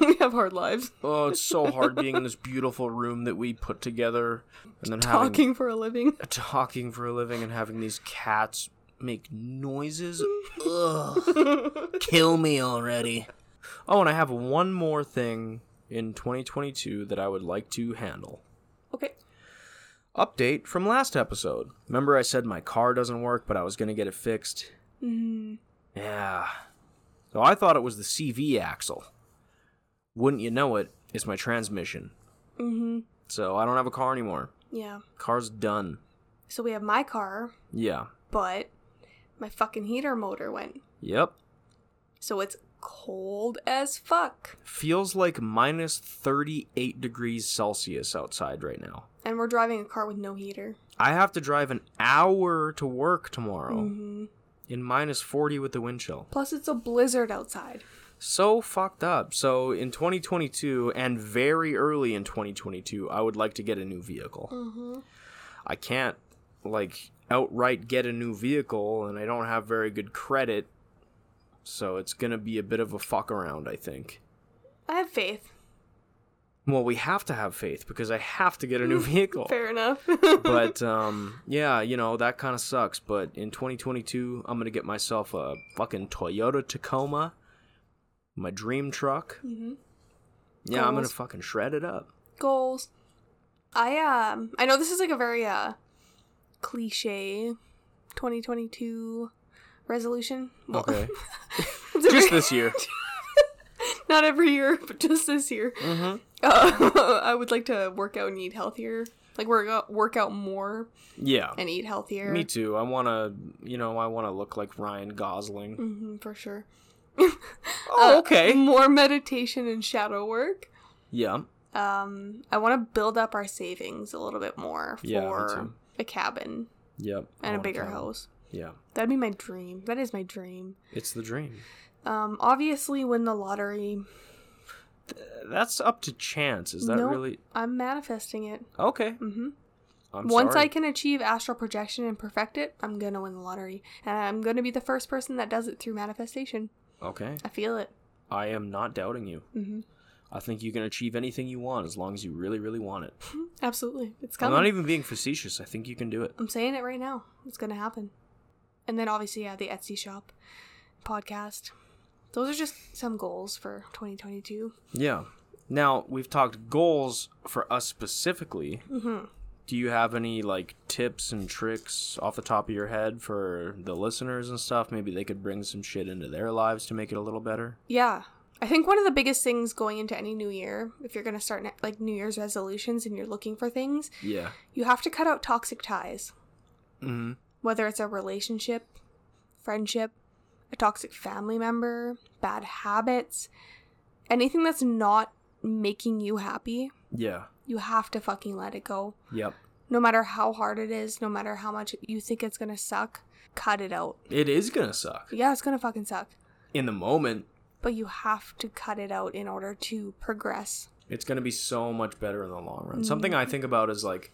[SPEAKER 1] we have hard lives.
[SPEAKER 2] Oh, it's so hard being in this beautiful room that we put together and then having
[SPEAKER 1] Talking for a living.
[SPEAKER 2] talking for a living and having these cats make noises. Ugh.
[SPEAKER 3] Kill me already.
[SPEAKER 2] Oh, and I have one more thing in 2022 that I would like to handle.
[SPEAKER 1] Okay.
[SPEAKER 2] Update from last episode. Remember I said my car doesn't work, but I was going to get it fixed?
[SPEAKER 1] Mm-hmm.
[SPEAKER 2] Mm. Yeah. So I thought it was the CV axle. Wouldn't you know it, it's my transmission. Mm-hmm. So I don't have a car anymore.
[SPEAKER 1] Yeah.
[SPEAKER 2] Car's done.
[SPEAKER 1] So we have my car,
[SPEAKER 2] Yeah.
[SPEAKER 1] but my fucking heater motor went.
[SPEAKER 2] Yep.
[SPEAKER 1] So it's cold as fuck.
[SPEAKER 2] Feels like minus 38 degrees Celsius outside right now.
[SPEAKER 1] And we're driving a car with no heater.
[SPEAKER 2] I have to drive an hour to work tomorrow
[SPEAKER 1] Mm.
[SPEAKER 2] in minus 40 with the wind chill.
[SPEAKER 1] Mm-hmm. Plus, it's a blizzard outside.
[SPEAKER 2] So fucked up. So in 2022 and very early in 2022, I would like to get a new vehicle. I can't like outright get a new vehicle and I don't have very good credit. So it's going to be a bit of a fuck around, I think.
[SPEAKER 1] I have faith.
[SPEAKER 2] Well, we have to have faith because I have to get a new vehicle.
[SPEAKER 1] Fair enough.
[SPEAKER 2] But um, yeah, you know that kind of sucks. But in 2022, I'm gonna get myself a fucking Toyota Tacoma, my dream truck. Mm-hmm. Yeah, I'm gonna
[SPEAKER 1] Goals.
[SPEAKER 2] fucking shred it up.
[SPEAKER 1] goals. I um I know this is like a very uh cliche 2022 resolution. Well,
[SPEAKER 2] Okay,
[SPEAKER 1] it's every-
[SPEAKER 2] just this year.
[SPEAKER 1] not every year, but just this year.
[SPEAKER 2] Mm-hmm.
[SPEAKER 1] Uh, I would like to work out and eat healthier. Like work out, work out more
[SPEAKER 2] Yeah,
[SPEAKER 1] and eat healthier.
[SPEAKER 2] me too. I wanna, you know, I wanna look like Ryan Gosling.
[SPEAKER 1] hmm for sure. Uh,
[SPEAKER 2] Oh, okay.
[SPEAKER 1] More meditation and shadow work.
[SPEAKER 2] Yeah,
[SPEAKER 1] Um, I want to build up our savings a little bit more for
[SPEAKER 2] Yeah, me too.
[SPEAKER 1] a cabin
[SPEAKER 2] yep. I
[SPEAKER 1] and a
[SPEAKER 2] wanna
[SPEAKER 1] bigger
[SPEAKER 2] count.
[SPEAKER 1] house.
[SPEAKER 2] Yeah,
[SPEAKER 1] That'd be my dream. That is my dream.
[SPEAKER 2] it's the dream.
[SPEAKER 1] Um, obviously, win the lottery.
[SPEAKER 2] That's up to chance. Is that
[SPEAKER 1] Nope.
[SPEAKER 2] really
[SPEAKER 1] I'm manifesting it.
[SPEAKER 2] okay?
[SPEAKER 1] hmm
[SPEAKER 2] I'm
[SPEAKER 1] Once
[SPEAKER 2] sorry.
[SPEAKER 1] I can achieve astral projection and perfect it, I'm gonna win the lottery, and I'm gonna be the first person that does it through manifestation.
[SPEAKER 2] okay.
[SPEAKER 1] I feel it.
[SPEAKER 2] I am not doubting you.
[SPEAKER 1] Mhm.
[SPEAKER 2] I think you can achieve anything you want as long as you really, really want it.
[SPEAKER 1] Absolutely, it's
[SPEAKER 2] I'm
[SPEAKER 1] coming.
[SPEAKER 2] not even being facetious. I think you can do it.
[SPEAKER 1] I'm saying it right now. It's gonna happen. And then obviously, yeah, the Etsy shop, podcast. Those are just some goals for 2022.
[SPEAKER 2] Yeah. Now, we've talked goals for us specifically.
[SPEAKER 1] Mm-hmm.
[SPEAKER 2] Do you have any like tips and tricks off the top of your head for the listeners and stuff? Maybe they could bring some shit into their lives to make it a little better.
[SPEAKER 1] Yeah. I think one of the biggest things going into any new year, if you're going to start ne- like New Year's resolutions and you're looking for things,
[SPEAKER 2] Yeah.
[SPEAKER 1] you have to cut out toxic ties,
[SPEAKER 2] Mm-hmm.
[SPEAKER 1] whether it's a relationship, friendship, a toxic family member, bad habits, anything that's not making you happy,
[SPEAKER 2] Yeah.
[SPEAKER 1] you have to fucking let it go.
[SPEAKER 2] Yep.
[SPEAKER 1] No matter how hard it is, no matter how much you think it's gonna suck, cut it out.
[SPEAKER 2] It is gonna suck
[SPEAKER 1] Yeah, it's gonna fucking suck.
[SPEAKER 2] in the moment.
[SPEAKER 1] But you have to cut it out in order to progress.
[SPEAKER 2] It's gonna be so much better in the long run. Something I think about is like,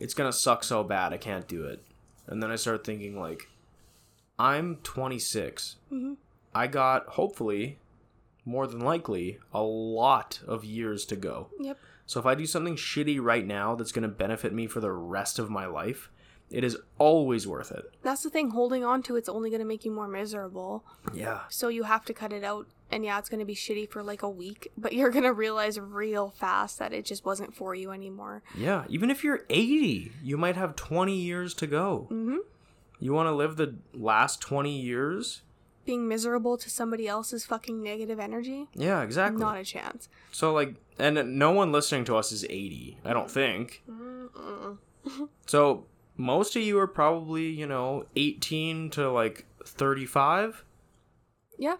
[SPEAKER 2] it's gonna suck so bad I can't do it, and then I start thinking like, I'm 26.
[SPEAKER 1] Mhm.
[SPEAKER 2] I got hopefully, more than likely, a lot of years to go.
[SPEAKER 1] Yep.
[SPEAKER 2] So if I do something shitty right now that's going to benefit me for the rest of my life, it is always worth it.
[SPEAKER 1] That's the thing, holding on to it's only gonna make you more miserable.
[SPEAKER 2] Yeah.
[SPEAKER 1] So you have to cut it out. And yeah, it's going to be shitty for like a week, but you're going to realize real fast that it just wasn't for you anymore.
[SPEAKER 2] Yeah. Even if you're 80, you might have 20 years to go.
[SPEAKER 1] hmm
[SPEAKER 2] You want to live the last 20 years?
[SPEAKER 1] Being miserable to somebody else's fucking negative energy?
[SPEAKER 2] Yeah, exactly.
[SPEAKER 1] Not a chance.
[SPEAKER 2] so like and no one listening to us is 80, I don't think. So most of you are probably, you know, 18 to like 35.
[SPEAKER 1] Yeah,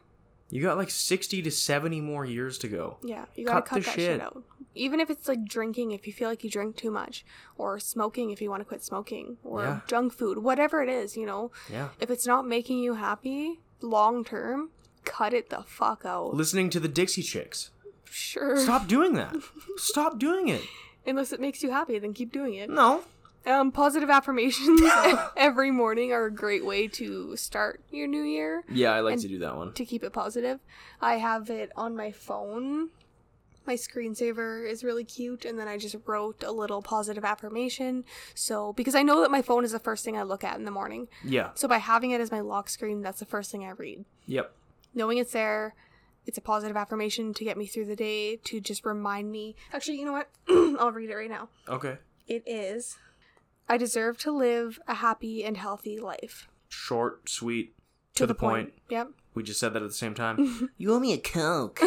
[SPEAKER 2] You got like 60 to 70 more years to go.
[SPEAKER 1] yeah. You got to
[SPEAKER 2] Cut
[SPEAKER 1] cut
[SPEAKER 2] the
[SPEAKER 1] that shit.
[SPEAKER 2] shit.
[SPEAKER 1] out. Even if it's like drinking, if you feel like you drink too much, or smoking if you want to quit smoking, or
[SPEAKER 2] Yeah.
[SPEAKER 1] junk food, whatever it is, you know,
[SPEAKER 2] Yeah.
[SPEAKER 1] if it's not making you happy long term, cut it the fuck out.
[SPEAKER 2] Listening to the Dixie Chicks.
[SPEAKER 1] Sure.
[SPEAKER 2] Stop doing that. Stop doing it.
[SPEAKER 1] Unless it makes you happy, then keep doing it.
[SPEAKER 2] No.
[SPEAKER 1] Um, positive affirmations every morning are a great way to start your new year
[SPEAKER 2] Yeah, I like
[SPEAKER 1] And-
[SPEAKER 2] to do that one.
[SPEAKER 1] to keep it positive. I have it on my phone. My screensaver is really cute, and then I just wrote a little positive affirmation. So, because I know that my phone is the first thing I look at in the morning.
[SPEAKER 2] Yeah.
[SPEAKER 1] So, by having it as my lock screen, that's the first thing I read.
[SPEAKER 2] Yep.
[SPEAKER 1] Knowing it's there, it's a positive affirmation to get me through the day, to just remind me. Actually, you know what? I'll read it right now.
[SPEAKER 2] Okay.
[SPEAKER 1] It is. I deserve to live a happy and healthy life.
[SPEAKER 2] Short, sweet, to, the, point.
[SPEAKER 1] Yep.
[SPEAKER 2] We just said that at the same time.
[SPEAKER 3] You owe me a Coke.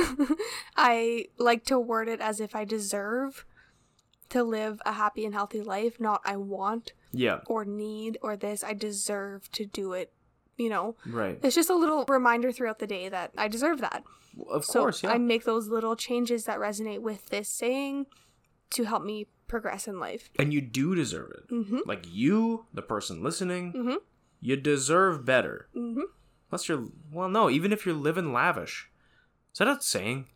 [SPEAKER 1] I like to word it as if I deserve to live a happy and healthy life, not I want
[SPEAKER 2] yeah.
[SPEAKER 1] or need or this. I deserve to do it. You know,
[SPEAKER 2] Right.
[SPEAKER 1] it's just a little reminder throughout the day that I deserve that.
[SPEAKER 2] Of
[SPEAKER 1] So
[SPEAKER 2] course. Yeah.
[SPEAKER 1] I make those little changes that resonate with this saying to help me progress in life.
[SPEAKER 2] and you do deserve it.
[SPEAKER 1] Mm-hmm.
[SPEAKER 2] Like you, the person listening,
[SPEAKER 1] Mhm.
[SPEAKER 2] you deserve better.
[SPEAKER 1] Mm-hmm.
[SPEAKER 2] Unless you're well, no. Even if you're living lavish, is that a saying?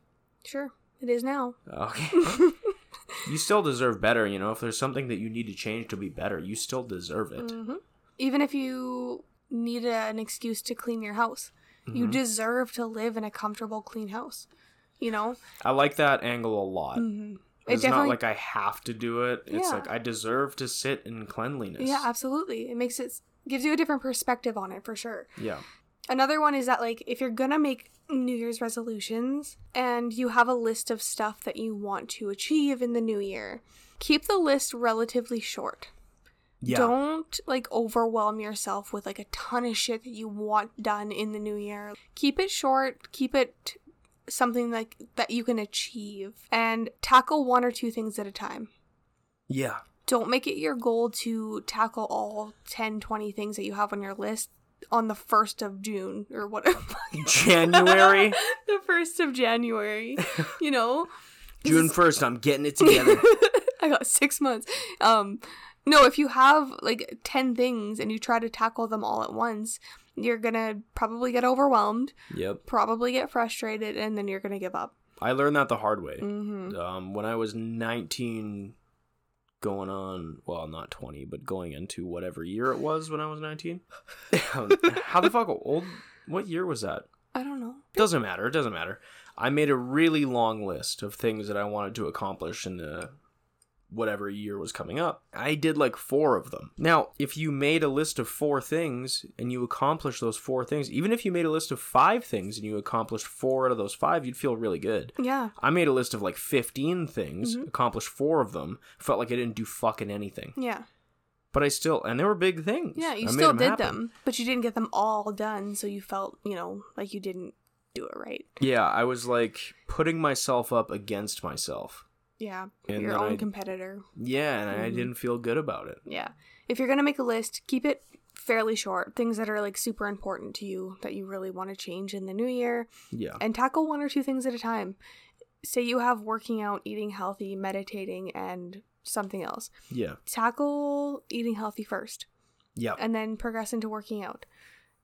[SPEAKER 1] Sure. It is now.
[SPEAKER 2] Okay. you still deserve better. You know, if there's something that you need to change to be better, you still deserve it.
[SPEAKER 1] hmm Even if you need a, an excuse to clean your house, you
[SPEAKER 2] Mm-hmm.
[SPEAKER 1] deserve to live in a comfortable, clean house. You know, Mm-hmm.
[SPEAKER 2] I like that angle a lot. It's not like I have to do it. It's
[SPEAKER 1] Mm, Yeah.
[SPEAKER 2] like I deserve to sit in cleanliness.
[SPEAKER 1] yeah, absolutely. It makes it gives you a different perspective on it for sure.
[SPEAKER 2] Yeah.
[SPEAKER 1] Another one is that like if you're gonna make New Year's resolutions and you have a list of stuff that you want to achieve in the new year, keep the list relatively short.
[SPEAKER 2] Yeah.
[SPEAKER 1] Don't like overwhelm yourself with like a ton of shit that you want done in the new year. Keep it short, keep it something like that you can achieve and tackle one or two things at a time.
[SPEAKER 2] Yeah.
[SPEAKER 1] Don't make it your goal to tackle all 10, 20 things that you have on your list on the 1st of June or whatever.
[SPEAKER 2] January,
[SPEAKER 1] the 1st of January, you know?
[SPEAKER 2] June 1st, I'm getting it together.
[SPEAKER 1] I got six months. Um, no, if you have like 10 things and you try to tackle them all at once, you're gonna probably get overwhelmed,
[SPEAKER 2] yep.
[SPEAKER 1] probably get frustrated, and then you're gonna give up.
[SPEAKER 2] I learned that the hard way.
[SPEAKER 1] Mm-hmm.
[SPEAKER 2] Um, when I was 19, going on, well, not 20, but going into whatever year it was when I was 19. How the fuck old? What year was that?
[SPEAKER 1] I don't know.
[SPEAKER 2] Doesn't matter. It doesn't matter. I made a really long list of things that I wanted to accomplish in the whatever year was coming up. I did like four of them. Now, if you made a list of four things and you accomplished those four things, even if you made a list of five things and you accomplished four out of those five, you'd feel really good.
[SPEAKER 1] Yeah.
[SPEAKER 2] I made a list of like 15 things,
[SPEAKER 1] Mm-hmm.
[SPEAKER 2] accomplished four of them, felt like I didn't do fucking anything.
[SPEAKER 1] Yeah.
[SPEAKER 2] But I still, and they were big things.
[SPEAKER 1] Yeah. You
[SPEAKER 2] I made
[SPEAKER 1] still did
[SPEAKER 2] happen.
[SPEAKER 1] them, but you didn't get them all done. So you felt, you know, like you didn't do it right.
[SPEAKER 2] Yeah, I was like putting myself up against myself.
[SPEAKER 1] Yeah.
[SPEAKER 2] And
[SPEAKER 1] your
[SPEAKER 2] then
[SPEAKER 1] own
[SPEAKER 2] I-
[SPEAKER 1] competitor. Mm-hmm.
[SPEAKER 2] Yeah, and I didn't feel good about it.
[SPEAKER 1] Yeah. If you're gonna make a list, keep it fairly short things that are like super important to you that you really want to change in the new year
[SPEAKER 2] Yeah.
[SPEAKER 1] and tackle one or two things at a time. Say you have working out, eating healthy, meditating, and something else.
[SPEAKER 2] Yeah.
[SPEAKER 1] Tackle eating healthy first
[SPEAKER 2] Yeah.
[SPEAKER 1] and then progress into working out.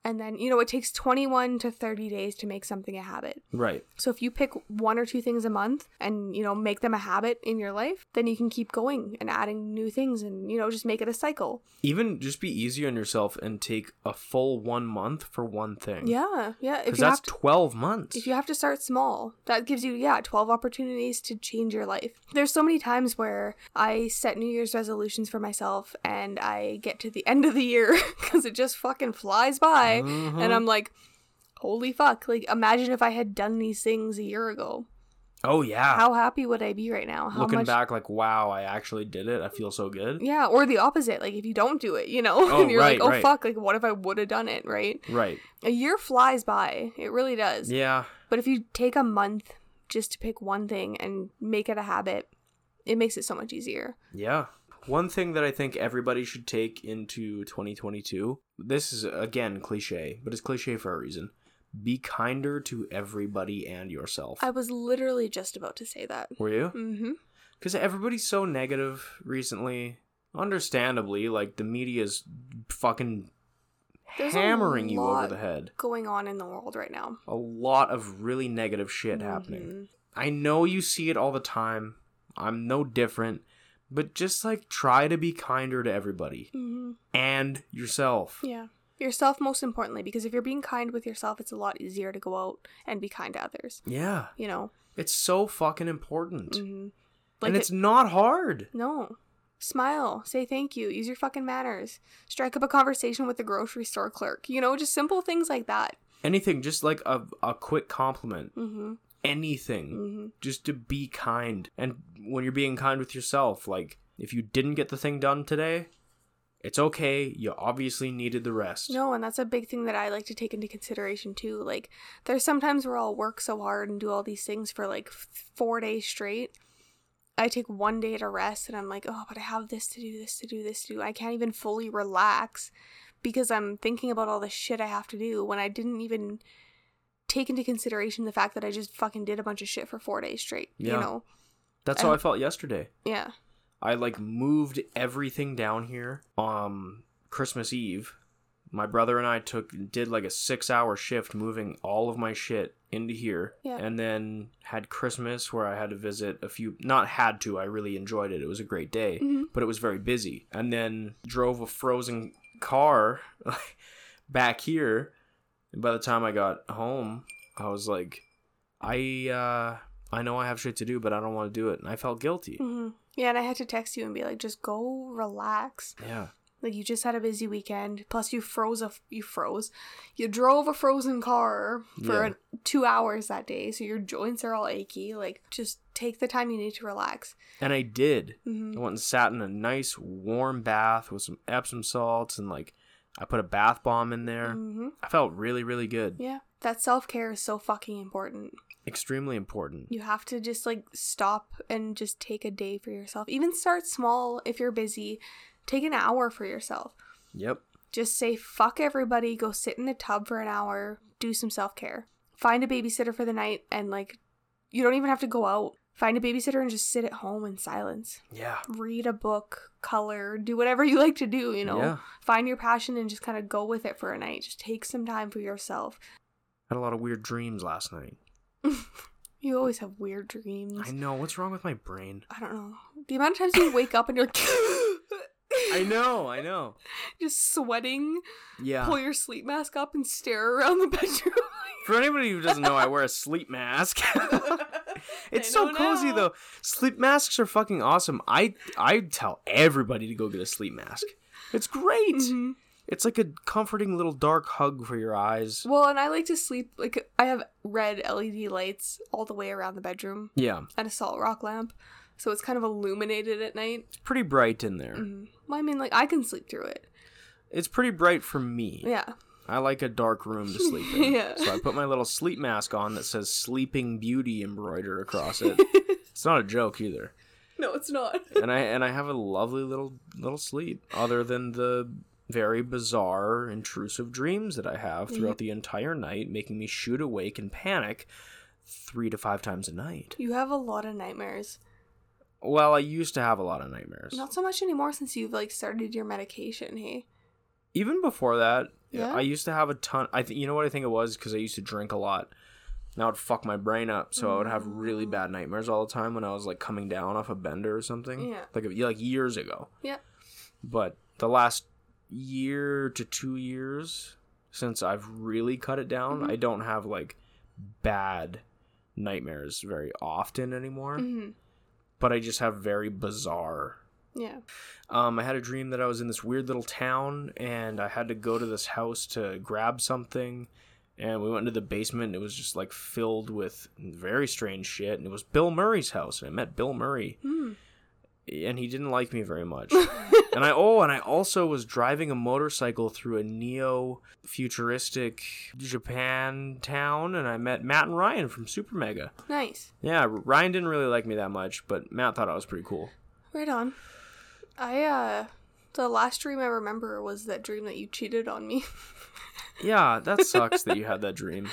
[SPEAKER 1] And then, you know, it takes 21 to 30 days to make something a habit.
[SPEAKER 2] Right.
[SPEAKER 1] So if you pick one or two things a month and, you know, make them a habit in your life, then you can keep going and adding new things and, you know, just make it a cycle.
[SPEAKER 2] Even just be easy on yourself and take a full one month for one thing.
[SPEAKER 1] Yeah. Yeah. If
[SPEAKER 2] Because
[SPEAKER 1] you
[SPEAKER 2] that's
[SPEAKER 1] have to.
[SPEAKER 2] 12 months.
[SPEAKER 1] If you have to start small, that gives you, yeah, 12 opportunities to change your life. There's so many times where I set New Year's resolutions for myself and I get to the end of the year because it just fucking flies by.
[SPEAKER 2] Mm-hmm.
[SPEAKER 1] And I'm like, holy fuck. Like, imagine if I had done these things a year ago.
[SPEAKER 2] oh, yeah.
[SPEAKER 1] How happy would I be right now? How
[SPEAKER 2] Looking
[SPEAKER 1] much.
[SPEAKER 2] back, like, wow, I actually did it. I feel so good.
[SPEAKER 1] Yeah, or the opposite. Like, if you don't do it, you know,
[SPEAKER 2] Oh,
[SPEAKER 1] and you're
[SPEAKER 2] right,
[SPEAKER 1] like, oh
[SPEAKER 2] right.
[SPEAKER 1] fuck, like, what if I would have done it, right?
[SPEAKER 2] Right.
[SPEAKER 1] A year flies by. It really does.
[SPEAKER 2] Yeah.
[SPEAKER 1] But if you take a month just to pick one thing and make it a habit, it makes it so much easier.
[SPEAKER 2] Yeah. One thing that I think everybody should take into 2022, this is again cliche, but it's cliche for a reason. Be kinder to everybody and yourself.
[SPEAKER 1] I was literally just about to say that.
[SPEAKER 2] Were you?
[SPEAKER 1] Mm-hmm.
[SPEAKER 2] Because everybody's so negative recently. Understandably, like the media's fucking
[SPEAKER 1] There's a
[SPEAKER 2] hammering you over
[SPEAKER 1] lot
[SPEAKER 2] the head.
[SPEAKER 1] Going on in the world right now.
[SPEAKER 2] A lot of really negative shit happening.
[SPEAKER 1] Mhm.
[SPEAKER 2] I know you see it all the time. I'm no different. But just like try to be kinder to everybody
[SPEAKER 1] Mhm.
[SPEAKER 2] and yourself.
[SPEAKER 1] Yeah. Yourself, most importantly, because if you're being kind with yourself, it's a lot easier to go out and be kind to others.
[SPEAKER 2] Yeah.
[SPEAKER 1] You know?
[SPEAKER 2] It's so fucking important.
[SPEAKER 1] Mm-hmm.
[SPEAKER 2] and it's not hard.
[SPEAKER 1] No. Smile. Say thank you. Use your fucking manners. Strike up a conversation with the grocery store clerk. You know, just simple things like that.
[SPEAKER 2] Anything, just like a, a quick compliment.
[SPEAKER 1] Mm-hmm.
[SPEAKER 2] Anything.
[SPEAKER 1] Mm-hmm.
[SPEAKER 2] Just to be kind. And when you're being kind with yourself, like if you didn't get the thing done today, it's okay. You obviously needed the rest.
[SPEAKER 1] No, and that's a big thing that I like to take into consideration too. Like, there's sometimes where I'll work so hard and do all these things for like f- four days straight. I take one day to rest and I'm like, oh, but I have this to do, this to do, this to do. I can't even fully relax because I'm thinking about all the shit I have to do when I didn't even take into consideration the fact that I just fucking did a bunch of shit for four days straight.
[SPEAKER 2] Yeah.
[SPEAKER 1] You know?
[SPEAKER 2] That's
[SPEAKER 1] I
[SPEAKER 2] how I
[SPEAKER 1] don't-
[SPEAKER 2] felt yesterday.
[SPEAKER 1] Yeah.
[SPEAKER 2] I like moved everything down here um Christmas Eve. My brother and I took did like a 6-hour shift moving all of my shit into here
[SPEAKER 1] Yeah.
[SPEAKER 2] and then had Christmas where I had to visit a few not had to, I really enjoyed it. It was a great day,
[SPEAKER 1] Mhm.
[SPEAKER 2] but it was very busy. And then drove a frozen car back here. And by the time I got home, I was like I uh I know I have shit to do, but I don't want to do it. And I felt guilty.
[SPEAKER 1] hmm Yeah, and I had to text you and be like, just go relax.
[SPEAKER 2] Yeah.
[SPEAKER 1] Like you just had a busy weekend. Plus you froze a you froze, you drove a frozen car for
[SPEAKER 2] Yeah.
[SPEAKER 1] an, two hours that day, so your joints are all achy. Like just take the time you need to relax.
[SPEAKER 2] And I did.
[SPEAKER 1] hmm
[SPEAKER 2] I went and sat in a nice warm bath with some Epsom salts and like I put a bath bomb in there.
[SPEAKER 1] hmm
[SPEAKER 2] I felt really, really good.
[SPEAKER 1] Yeah, that self care is so fucking important.
[SPEAKER 2] Extremely important.
[SPEAKER 1] You have to just like stop and just take a day for yourself. Even start small if you're busy. Take an hour for yourself.
[SPEAKER 2] Yep.
[SPEAKER 1] Just say fuck everybody, go sit in the tub for an hour, do some self care. Find a babysitter for the night and like you don't even have to go out. Find a babysitter and just sit at home in silence.
[SPEAKER 2] Yeah.
[SPEAKER 1] Read a book, color, do whatever you like to do, you know.
[SPEAKER 2] Yeah.
[SPEAKER 1] Find your passion and just kind of go with it for a night. Just take some time for yourself.
[SPEAKER 2] Had a lot of weird dreams last night.
[SPEAKER 1] You always have weird dreams.
[SPEAKER 2] I know. What's wrong with my brain?
[SPEAKER 1] I don't know. The amount of times you wake up and you're like
[SPEAKER 2] I know. I know.
[SPEAKER 1] just sweating,
[SPEAKER 2] Yeah.
[SPEAKER 1] pull your sleep mask up and stare around the bedroom.
[SPEAKER 2] For anybody who doesn't know, I wear a sleep mask. it's
[SPEAKER 1] I
[SPEAKER 2] so
[SPEAKER 1] know
[SPEAKER 2] cozy
[SPEAKER 1] now.
[SPEAKER 2] though. Sleep masks are fucking awesome. I I tell everybody to go get a sleep mask. It's great.
[SPEAKER 1] Mhm.
[SPEAKER 2] It's like a comforting little dark hug for your eyes.
[SPEAKER 1] Well, and I like to sleep like I have red LED lights all the way around the bedroom
[SPEAKER 2] Yeah,
[SPEAKER 1] and a salt rock lamp, so it's kind of illuminated at night.
[SPEAKER 2] it's pretty bright in there.
[SPEAKER 1] Mhm. Well, I mean, like I can sleep through it.
[SPEAKER 2] It's pretty bright for me.
[SPEAKER 1] Yeah.
[SPEAKER 2] I like a dark room to sleep in.
[SPEAKER 1] Yeah.
[SPEAKER 2] So I put my little sleep mask on that says Sleeping Beauty embroidered across it. it's not a joke either.
[SPEAKER 1] No, it's not.
[SPEAKER 2] And I and I have a lovely little little sleep other than the very bizarre, intrusive dreams that I have throughout
[SPEAKER 1] Mm-hmm.
[SPEAKER 2] the entire night, making me shoot awake and panic three to five times a night.
[SPEAKER 1] You have a lot of nightmares.
[SPEAKER 2] Well, I used to have a lot of nightmares.
[SPEAKER 1] Not so much anymore since you've like started your medication, hey?
[SPEAKER 2] Even before that,
[SPEAKER 1] Yeah?
[SPEAKER 2] I used to have a ton. I think you know what I think it was because I used to drink a lot. Now would fuck my brain up, so I would
[SPEAKER 1] Mm.
[SPEAKER 2] have really bad nightmares all the time when I was like coming down off a bender or something.
[SPEAKER 1] Yeah.
[SPEAKER 2] like like years ago.
[SPEAKER 1] Yeah.
[SPEAKER 2] but the last year to two years since I've really cut it down,
[SPEAKER 1] Mm-hmm.
[SPEAKER 2] I don't have like bad nightmares very often anymore.
[SPEAKER 1] hmm
[SPEAKER 2] But I just have very bizarre.
[SPEAKER 1] Yeah.
[SPEAKER 2] Um, I had a dream that I was in this weird little town and I had to go to this house to grab something. And we went into the basement. And it was just like filled with very strange shit. And it was Bill Murray's house. And I met Bill Murray
[SPEAKER 1] Hmm.
[SPEAKER 2] and he didn't like me very much. and I oh, and I also was driving a motorcycle through a neo futuristic Japan town, and I met Matt and Ryan from Super Mega.
[SPEAKER 1] Nice.
[SPEAKER 2] Yeah, Ryan didn't really like me that much, but Matt thought I was pretty cool.
[SPEAKER 1] Right on. I uh the last dream I remember was that dream that you cheated on me.
[SPEAKER 2] Yeah, that sucks that you had that dream.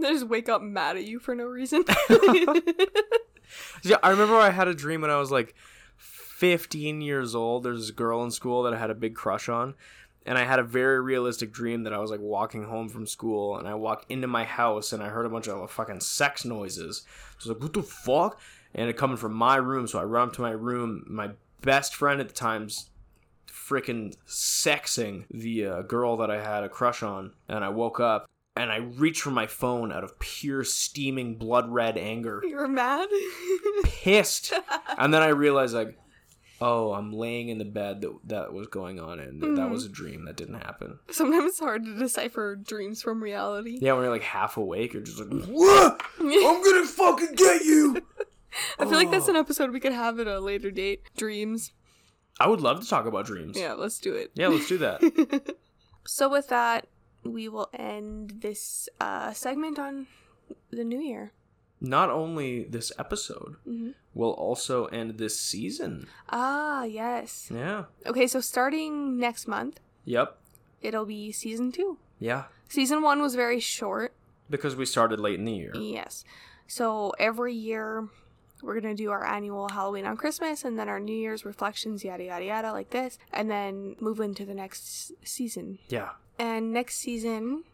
[SPEAKER 1] I just wake up mad at you for no reason.
[SPEAKER 2] Yeah, I remember I had a dream when I was like 15 years old. There's this girl in school that I had a big crush on. And I had a very realistic dream that I was like walking home from school and I walked into my house and I heard a bunch of fucking sex noises. So I was like, what the fuck? And it coming from my room. So I run up to my room. My best friend at the time's freaking sexing the uh, girl that I had a crush on. And I woke up and I reached for my phone out of pure steaming blood red anger
[SPEAKER 1] you were mad?
[SPEAKER 2] pissed. and then I realized like, oh, I'm laying in the bed that that was going on, and that was a dream that didn't happen.
[SPEAKER 1] Sometimes it's hard to decipher dreams from reality.
[SPEAKER 2] Yeah, when you're like half awake, you're just like, what? I'm gonna fucking get you.
[SPEAKER 1] I feel like that's
[SPEAKER 2] Oh.
[SPEAKER 1] an episode we could have at a later date. Dreams.
[SPEAKER 2] I would love to talk about dreams.
[SPEAKER 1] Yeah, let's do it.
[SPEAKER 2] Yeah, let's do that.
[SPEAKER 1] So with that, we will end this uh, segment on the new year.
[SPEAKER 2] Not only this episode,
[SPEAKER 1] Mhm.
[SPEAKER 2] we'll also end this season.
[SPEAKER 1] Ah, yes.
[SPEAKER 2] Yeah.
[SPEAKER 1] Okay, so starting next month,
[SPEAKER 2] Yep.
[SPEAKER 1] it'll be season two.
[SPEAKER 2] Yeah.
[SPEAKER 1] Season one was very short.
[SPEAKER 2] Because we started late in the year.
[SPEAKER 1] Yes. So every year, we're going to do our annual Halloween on Christmas and then our New Year's reflections, yada, yada, yada, like this, and then move into the next season.
[SPEAKER 2] Yeah.
[SPEAKER 1] And next season,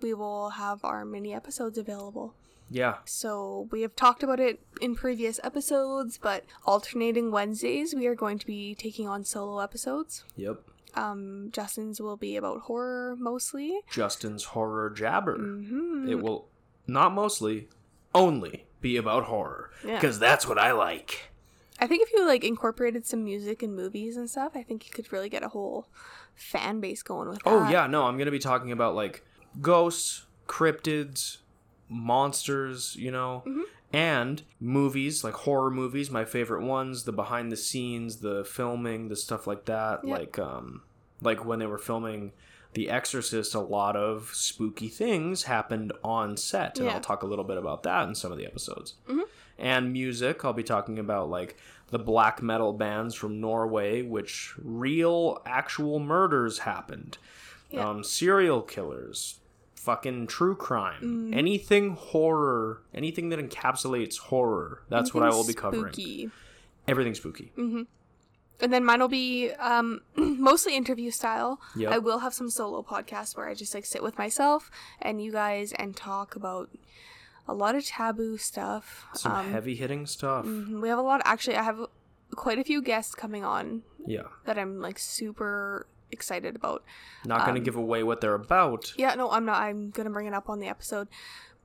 [SPEAKER 1] we will have our mini episodes available.
[SPEAKER 2] Yeah.
[SPEAKER 1] So we have talked about it in previous episodes, but alternating Wednesdays, we are going to be taking on solo episodes.
[SPEAKER 2] Yep.
[SPEAKER 1] Um, Justin's will be about horror mostly.
[SPEAKER 2] Justin's horror jabber.
[SPEAKER 1] hmm
[SPEAKER 2] It will not mostly, only be about horror.
[SPEAKER 1] Yeah.
[SPEAKER 2] Because that's what I like.
[SPEAKER 1] I think if you like incorporated some music and movies and stuff, I think you could really get a whole fan base going with that.
[SPEAKER 2] Oh, yeah, no, I'm going to be talking about like ghosts, cryptids, monsters, you know,
[SPEAKER 1] Mm-hmm.
[SPEAKER 2] and movies, like horror movies, my favorite ones, the behind the scenes, the filming, the stuff like that.
[SPEAKER 1] Yeah.
[SPEAKER 2] Like, um, like when they were filming The Exorcist, a lot of spooky things happened on set. And
[SPEAKER 1] Yeah. Mm-hmm.
[SPEAKER 2] I'll talk a little bit about that in some of the episodes. and music. I'll be talking about like the black metal bands from Norway, which real actual murders happened,
[SPEAKER 1] Yeah.
[SPEAKER 2] um, serial killers, fucking true
[SPEAKER 1] Mm.
[SPEAKER 2] crime, anything horror, anything that encapsulates horror. That's what I will be covering.
[SPEAKER 1] Spooky. Mm-hmm.
[SPEAKER 2] Everything spooky.
[SPEAKER 1] And then mine will be um, mostly interview style.
[SPEAKER 2] Yep.
[SPEAKER 1] I will have some solo podcasts where I just like sit with myself and you guys and talk about a lot of taboo stuff.
[SPEAKER 2] Some
[SPEAKER 1] um, mm. mm-hmm.
[SPEAKER 2] heavy hitting stuff.
[SPEAKER 1] we have a lot. Actually, I have quite a few guests coming on
[SPEAKER 2] Yeah.
[SPEAKER 1] that I'm like super excited about.
[SPEAKER 2] Not
[SPEAKER 1] Um,
[SPEAKER 2] going to give away what they're about.
[SPEAKER 1] Yeah, no, I'm not. I'm gonna bring it up on the episode,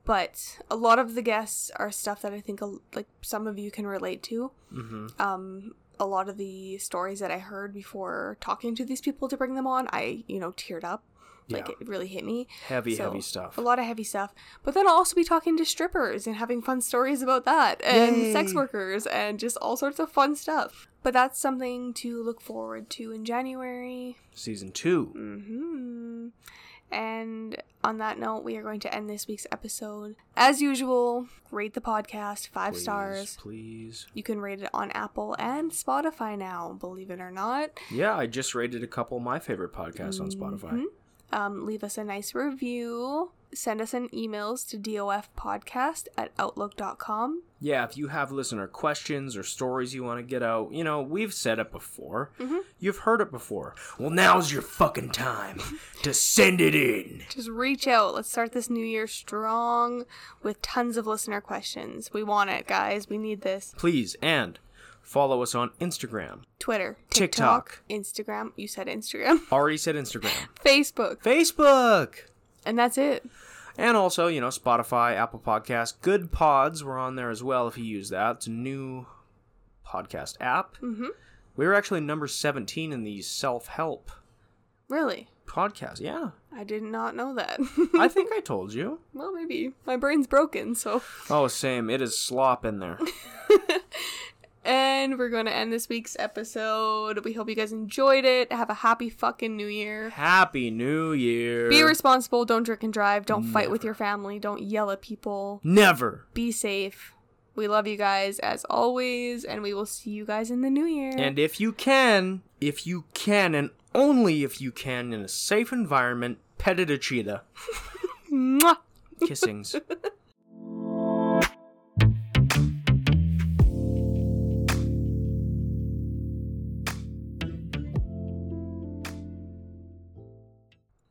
[SPEAKER 1] but a lot of the guests are stuff that I think a, like some of you can relate to.
[SPEAKER 2] Mm-hmm.
[SPEAKER 1] Um, a lot of the stories that I heard before talking to these people to bring them on, I you know teared up. Like
[SPEAKER 2] Yeah.
[SPEAKER 1] it really hit me.
[SPEAKER 2] Heavy,
[SPEAKER 1] So,
[SPEAKER 2] heavy stuff.
[SPEAKER 1] A lot of heavy stuff. But then I'll also be talking to strippers and having fun stories about that and
[SPEAKER 2] Yay.
[SPEAKER 1] sex workers and just all sorts of fun stuff. But that's something to look forward to in January.
[SPEAKER 2] Season two.
[SPEAKER 1] Mm-hmm. And on that note, we are going to end this week's episode. As usual, rate the podcast five
[SPEAKER 2] Please,
[SPEAKER 1] stars.
[SPEAKER 2] Please.
[SPEAKER 1] You can rate it on Apple and Spotify now, believe it or not.
[SPEAKER 2] Yeah, I just rated a couple of my favorite podcasts on Spotify.
[SPEAKER 1] Mhm. Um, leave us a nice review. Send us an emails to dofpodcast at outlook.com.
[SPEAKER 2] Yeah, if you have listener questions or stories you want to get out, you know, we've said it before. You've heard it before. Well, now's your fucking time to send it in.
[SPEAKER 1] Just reach out. Let's start this new year strong with tons of listener questions. We want it, guys. We need this.
[SPEAKER 2] Please, and follow us on Instagram.
[SPEAKER 1] Twitter,
[SPEAKER 2] TikTok.
[SPEAKER 1] Instagram. You said Instagram,
[SPEAKER 2] Already said Instagram.
[SPEAKER 1] Facebook,
[SPEAKER 2] Facebook!
[SPEAKER 1] and that's it.
[SPEAKER 2] And also, you know, Spotify, Apple Podcasts, Good Pods, we're on there as well if you use that. It's a new podcast app.
[SPEAKER 1] Mhm.
[SPEAKER 2] We were actually number 17 in the self help
[SPEAKER 1] Really,
[SPEAKER 2] podcast. Yeah.
[SPEAKER 1] I did not know that.
[SPEAKER 2] I think I told you.
[SPEAKER 1] well, maybe my brain's broken. So,
[SPEAKER 2] Oh, same. It is slop in there.
[SPEAKER 1] and we're going to end this week's episode. We hope you guys enjoyed it. Have a happy fucking New Year.
[SPEAKER 2] Happy New Year.
[SPEAKER 1] Be responsible. Don't drink and drive. Don't fight with your family. Don't yell at people.
[SPEAKER 2] Never.
[SPEAKER 1] Be safe. We love you guys as always, and we will see you guys in the new year.
[SPEAKER 2] And if you can, if you can, and only if you can, in a safe environment, pet a cheetah.
[SPEAKER 1] Mwah!
[SPEAKER 2] Kissings.